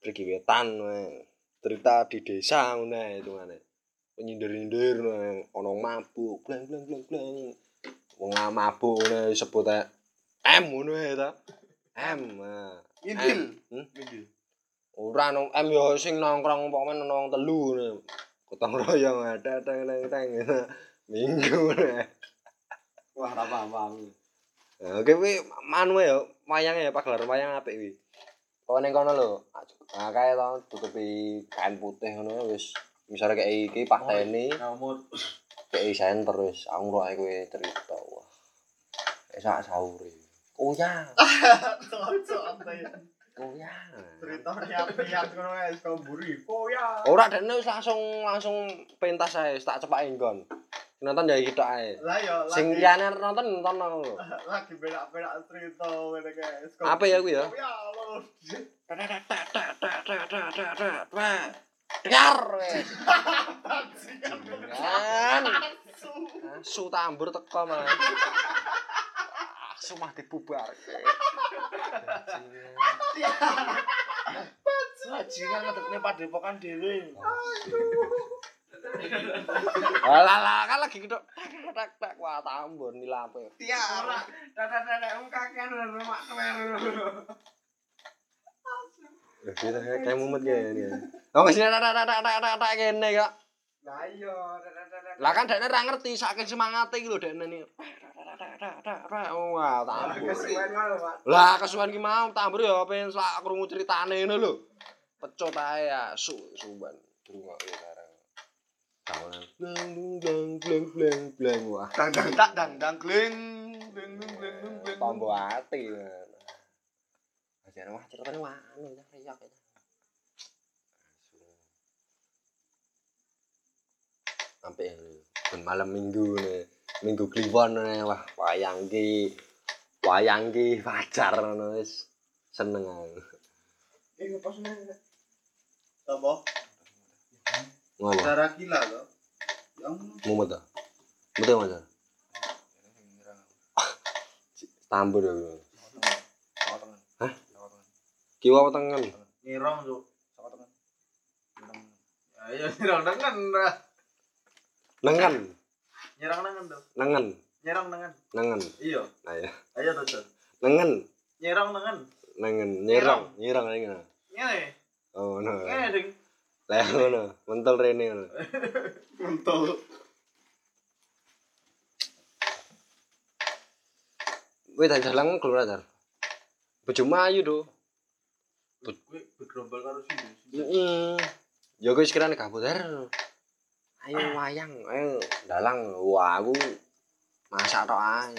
Trigiwetan wae. Cerita di desa ngono ae hitungane. Nyindir-nyindir wae. eh, ana wong mabuk, blang blang blang blang. Wong mabuk ngono ae, sebut ae M ngono ae ta. M. ah. Intil. Hmm? Ora nang M ya sing nongkrong umpama ana wong telu ngono. Gotong royong ada teng teng teng. Minggu. ne. Wah, ora paham. Ya, Eh, Oke kuwi manu ya wayange ya pagelaran wayang apik kuwi. Kok ning kono lho. Nah, kae to tutupi kain putih ngono wis misale kei iki pateni. Nomor. kei sen terus aku ngroke kowe cerita. Wah. Esak sahure. Oh Koyang, Cocok antai. oh koyang. Cerita niat-niat ngono wis kok mburi. Oh ya. Ora dene wis langsung langsung pentas ae, wis tak cepake nggon. Nonton ya kita ae. Lah ya Sing lagi liyane nonton nonton aku lho. lagi berak-berak cerita ngene guys. Apa ya kuwi ya? Ya Allah. Dengar wes. Jangan. Asu tambur teko malah. Asu mah dibubar. Bajingan ngedekne padepokan dhewe. Alah lah kan lagi gitu. Tak tak wah tambur nilape. Tiara. Dadak-dadak wong kakean lho mak tuwer lho. Lah, Eh, dia tak- kayak mumet kayak ini. Oh, kesini tak tak tak tak tak tak tak kene kok. Lah iya dadak-dadak. Lah kan dekne ra ngerti saking semangate iki lho dekne ni. Wah, tak ambur. kesuwen ngono Pak. Lah kesuwen ki mau tak ambur ya pengen sak krungu critane ngono lho. Pecot ae asu suban. Krungu ya karang. Tawanan. Blang blang blang blang blang wah. Dang dang tak dang dang gling gling gling gling gling, gling. Tombo ati. Ajar wah ceritane wah anu ya riyak ya. Sampai ben malam minggu nih. Minggu kliwon nih wah wayang ki. Wayang ki wajar ngono wis seneng aku. Eh pas nang Apa? Ngopo? Darah gila loh. Ya ampun. Mumet ta. Mumet wajar. Tambur ya. Sawah tengen. Hah? Sawah tengen. Kiwa wetengen. Nirong tuh. Sawah tengen. Tengen. Ya iya, nyerang dengan nah. Nengen, Nyerang dengan tuh. nengen, Nyerang dengan. nengen. Iya. Ayo. Ayo tuh. Cuk. Nengen, Nyerang dengan. nengen, nyerang, nyerang nengen. Ngene. Oh, no. Ngene ding. Lah ngono, mentel rene ngono. Mentul. Kowe tak dalang keluar dar. Bojomu ayu do. Gue bergerombol karo sini. Heeh. Ya kowe sekirane kabut dar. Ayo wayang, ayo dalang. Wah, aku masak tok ae.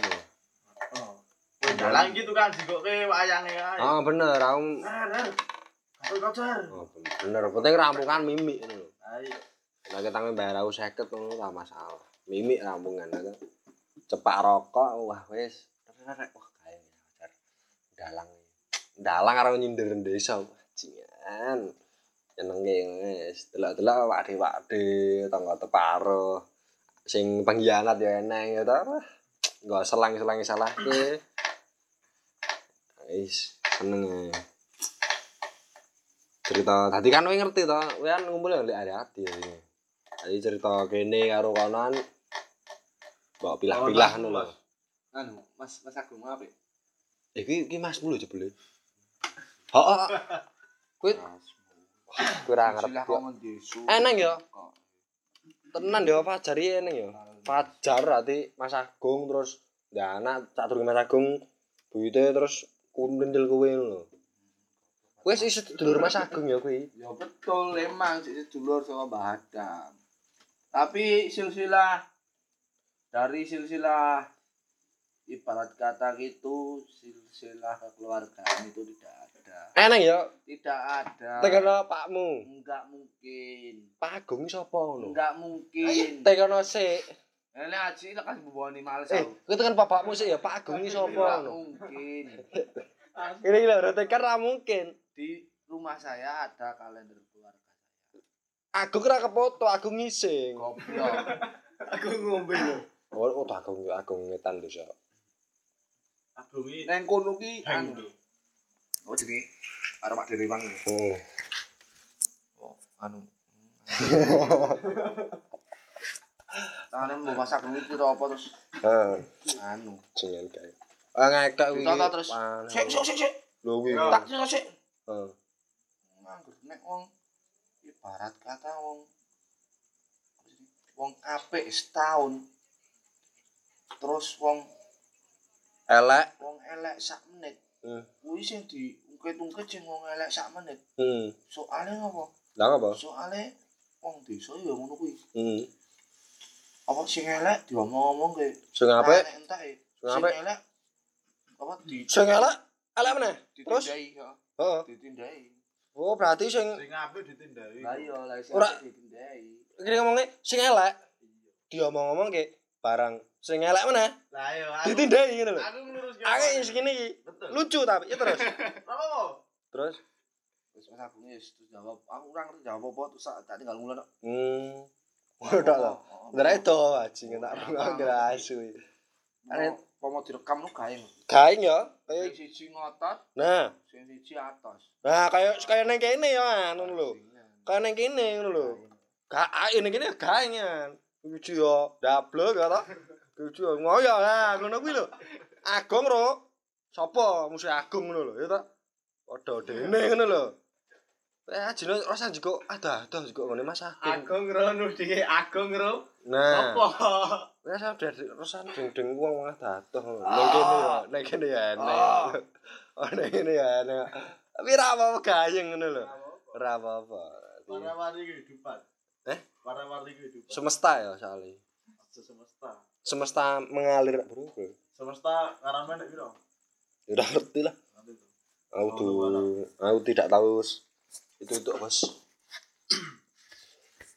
Oh. Kowe dalan gitu kan digokke wayange ae. Ah, bener, aku Dar, dar. Kau kocar. Oh, bener, penting rampungan mimik ngono. Ayo. Lah ketang mbayar aku 50 ngono tak masalah. Mimik rampungan aku. Cepak rokok wah wis. Rek, Wah kae ajar. Dalang. Dalang karo nyindir desa bajingan. Jenenge wis delok-delok wade-wade tangga teparo. Sing pengkhianat ya eneng ya ta. Enggak selang-selang salahke. Wis seneng ae. cerita tadi kan kowe ngerti to kowe kan ngumpul yang lek hati ini tadi cerita kene karo kanan mbok pilah-pilah ngono lho Anu, Mas Mas Agung mau apa? ya? eh iki iki Mas mulu jebule heeh kowe kurang ngerti Silah kok. kongon desu. eneng ya Kok. tenan ya Fajar iki eneng ya Fajar berarti Mas Agung terus ya anak tak turun Mas Agung duitnya terus kumendel kowe ngono lho kowe sih sedulur Mas Agung ya kowe Ya betul emang sik sedulur sama Mbah Adam. Tapi silsilah dari silsilah ibarat kata gitu silsilah kekeluargaan itu tidak ada. eneng ya Tidak ada. tekan pakmu Enggak mungkin. Pak Agung iki sapa ngono Enggak mungkin. Tekono sik. Ini aji lah kasih buboni males Eh, aku. kuwi tekan bapakmu sik ya Pak Agung iki Enggak sapa ngono. mungkin. Ini lho tekan ra mungkin. Di rumah saya ada kalender keluarga. Agung ra kepoto, Agung ngising. Goblok. Aku ngombe lho. Oh, oh Agung ya Agung ngetan lho, Sok. Aku iki Neng kono ki Eh, hang anu. lho. Oh jadi arep Pak Dewi Wangi. Oh, Oh, anu. Tangannya mau masak dulu itu apa terus heeh, anu. jenengan kae. Ah ngekek kuwi. Dicontoh terus. Wah, Sik sik sik sik. Lho Hmm. kuwi. Yo. Tak sik sik. Heeh. Nganggur nek wong ibarat kata wong wong apik setahun terus wong Elek. wong elek sak menit. Hmm. Kuwi sing diungkit-ungkit sing wong elek sak menit. Hmm. Soale ngopo? Lah apa? Soale wong desa ya ngono kuwi. Hmm. Apa sing elek diomong-omong ke Sing apik, Entah ya. sing e. apik. Sing elek apa di Sing elek, elek meneh. Terus? ditindai, ya. Heeh. Ditindai. Oh, berarti sing Sing apik ditindaki. Lah iya lah sing Ora- ditindai. iki ngomongnya sing elek. Diomong-omong ke barang sing elek meneh Lah iya. aku- ditindai ngono lho. Aku ngurus Aku yang segini iki. Betul. lucu tapi ya terus Apa? Mo? terus Wis Mas Agung wis terus jawab, aku ora ngerti jawab apa terus tak tak tinggal ngulang. hmm udah lah Oh, bener itu aja nggak tak pernah ngerasu Arek pomo direkam lu gaeng. kain ya Sing kayak siji ngotot, nah sing siji atas. nah kayak kayak neng kene ya anu lho kayak neng kene anu lho gak ini kene gaen ya lucu ya dablek ya toh lucu ya ngoyo nah ngono kuwi lho Agung ro. Sopo musuh Agung ngono lho, ya ta. Padha dene ngono lho. Eh ajine rasa juga ada-ada juga ngene Mas Agung. Agung ro nu dhewe Agung ro. Nah, Apa? rasa dadi rasa deng-deng wong wong ada-ada. Nek kene ya, nek kene ya enek. Oh, nek kene ya enek. Tapi ra apa-apa gayeng ngono lho. Ra apa-apa. Warna-warni kehidupan. Eh? Warna-warni kehidupan. Semesta ya soalnya. Aja semesta. Semesta mengalir bro. Semesta ngaramnya nek piro? Ya udah ngerti lah. Nanti tuh. Aku Oh, tuh, lupa aku tidak tahu s- itu untuk bos.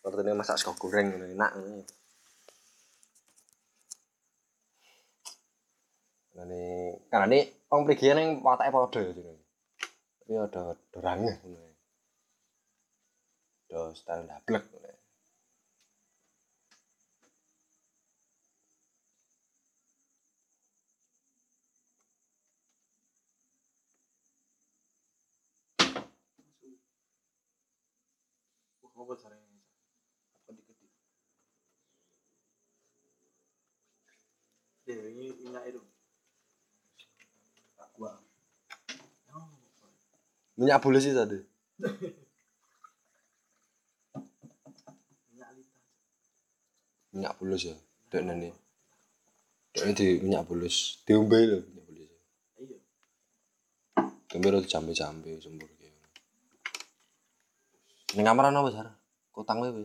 Artinya masak sego goreng ngono, enak ngono. Nane, karena ini orang pergi yang wataknya podo ya jadi. Tapi ada dorangnya ngono. Ada style dablek ngono. Wah, apa jare ini? Kedik-kedik. Deh, ini minyak itu. Tak gua. Minyak bule sih tadi. Minyak lita. Minyak bulus ya. Dek nene. Dek di minyak bulus. Diombe lho minyak bulus. Iya. Gambar udah jambe-jambe sembur gitu. Ini kamar apa sar? Kutang kowe. kowe?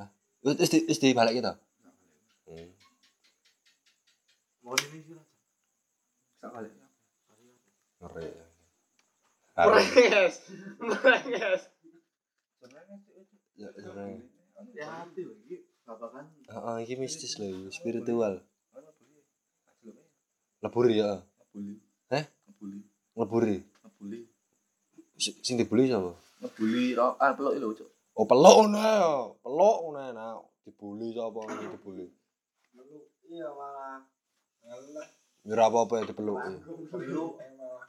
Lah, wis wis di wis dibalik kita. Hmm. Mau ini sih lah. Sak kali. Ngeri. Harum. Merenges. Merenges. Sebenarnya itu Ya, sebenarnya. ya hati lho iki babakan Heeh, iki mistis lho, iki spiritual. ana beli. Ajlok ae. Leburi ya, Ngebuli. Eh? Ngebuli. leburi. Ngebuli. Si- Sing dibeli sapa? Ngebuli ro ah peluk lho, Cuk. Oh, peluk ngono ya. Peluk ngono ya, nah. Dibuli sapa ngono dibuli. Iya malah. Malah. Ya ora apa-apa ya dipeluki. Belum emang.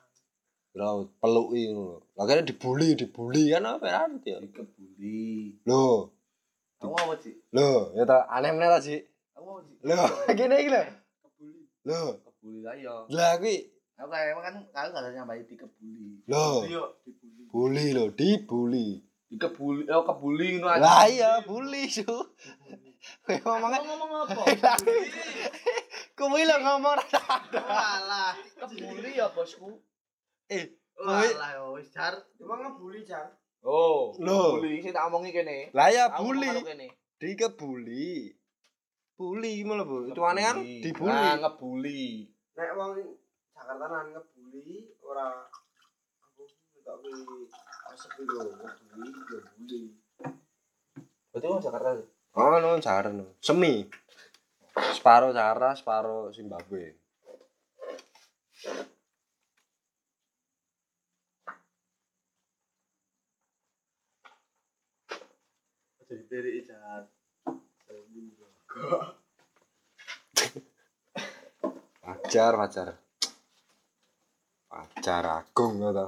Ya peluki ngono lho. Lah kene dibuli, dibuli kan apa ya? arti ya? Dikebuli. Loh, Kamu apa, Cik? Loh, ya ta aneh meneh ta, Cik. Kamu apa, Cik? Loh, kene iki lho. Kebuli. Loh, Kebuli lah ya. lah kuwi Aku kayak emang kan aku gak ada nyampai dikebuli. Loh. Iya, dibuli. bully lho, dibuli. Dikebuli, oh kebuli ngono aja. Lah iya, bully, Su. Kowe ngomongnya Ngomong apa? kuwi lho ngomong ra tau. Walah. Kebuli ya, Bosku. Eh, Kuwi- Walah yo wis jar. Cuma ngebully jar. Oh. Loh. Bully sing tak omongi kene. Lah ya Aku bully, ngomong karo kene. dikebuli. Bully gimana, Bu? Tuane kan Ngebuli. dibuli. Nah, ngebuli. Nek wong Jakarta nan ngebully ora aku enggak kuwi oh, asep iki lho ngebully yo bully. Berarti wong Jakarta. sih? Oh, no, jaren. no. Semi. Separo Jakarta, separo Zimbabwe. Jadi peri ijar. Wajar, wajar. Wajar agung ya ta.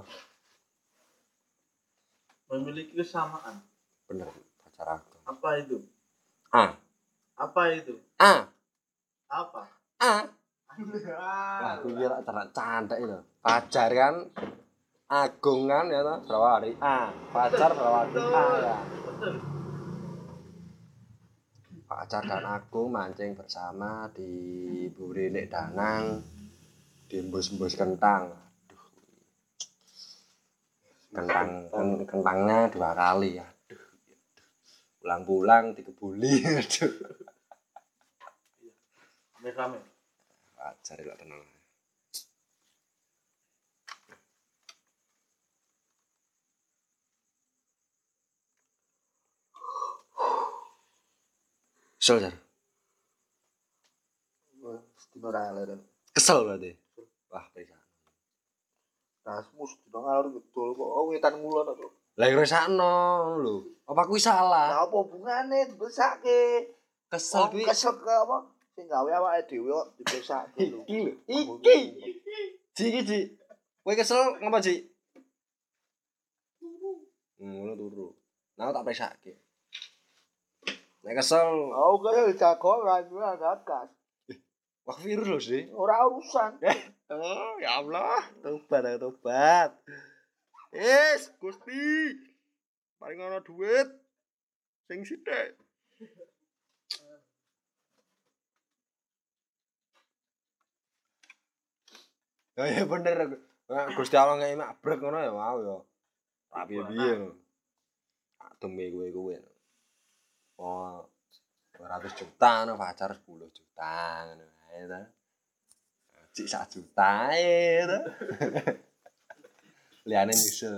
Memiliki kesamaan. Bener, wajar agung. Apa itu? Ah, Apa itu? ah, Apa? ah. Wah, Wah, aku kira cara cantik itu. Wajar kan agung kan ya ta, berapa hari A. Wajar berapa hari A ya. Betul. Pacar dan aku mancing bersama di Burinik Danang di embus-embus kentang. Aduh. Kentang ken- kentangnya dua kali ya. Pulang-pulang dikebuli. Aduh. Mereka Pacar lah tenang. Kesel, Jar. Sedino ra leren. Kesel berarti. Wah, pesan. Rasmus sedino ngalor ngedol kok oh, wetan ngulon kok. Lah yang ngrasakno lho. Apa kuwi salah? Lah apa hubungane dibesake? Kesel Wong kuwi. kesel ke apa? Sing gawe awake dhewe kok dibesake lho. Iki lho. Iki. Ji iki, Ji. Kowe kesel ngapa, Ji? Turu. Ngono turu. Nah, tak pesake. Nek kesel Aku kira jagoan ora gas. Wah virus loh sih. Ora urusan. oh, ya Allah, tobat aku tobat. Yes, Gusti. Paling ana duit sing sithik. Ya ya Oh, bener. Eh, Gusti Allah ngei mabrek ngono ya mau ya. Tapi piye ngono. Ademe kowe kowe. Oh, 200 juta no pacar 10 juta ngono ae ta. Cik 1 juta ae ta. Liane e, nyusul.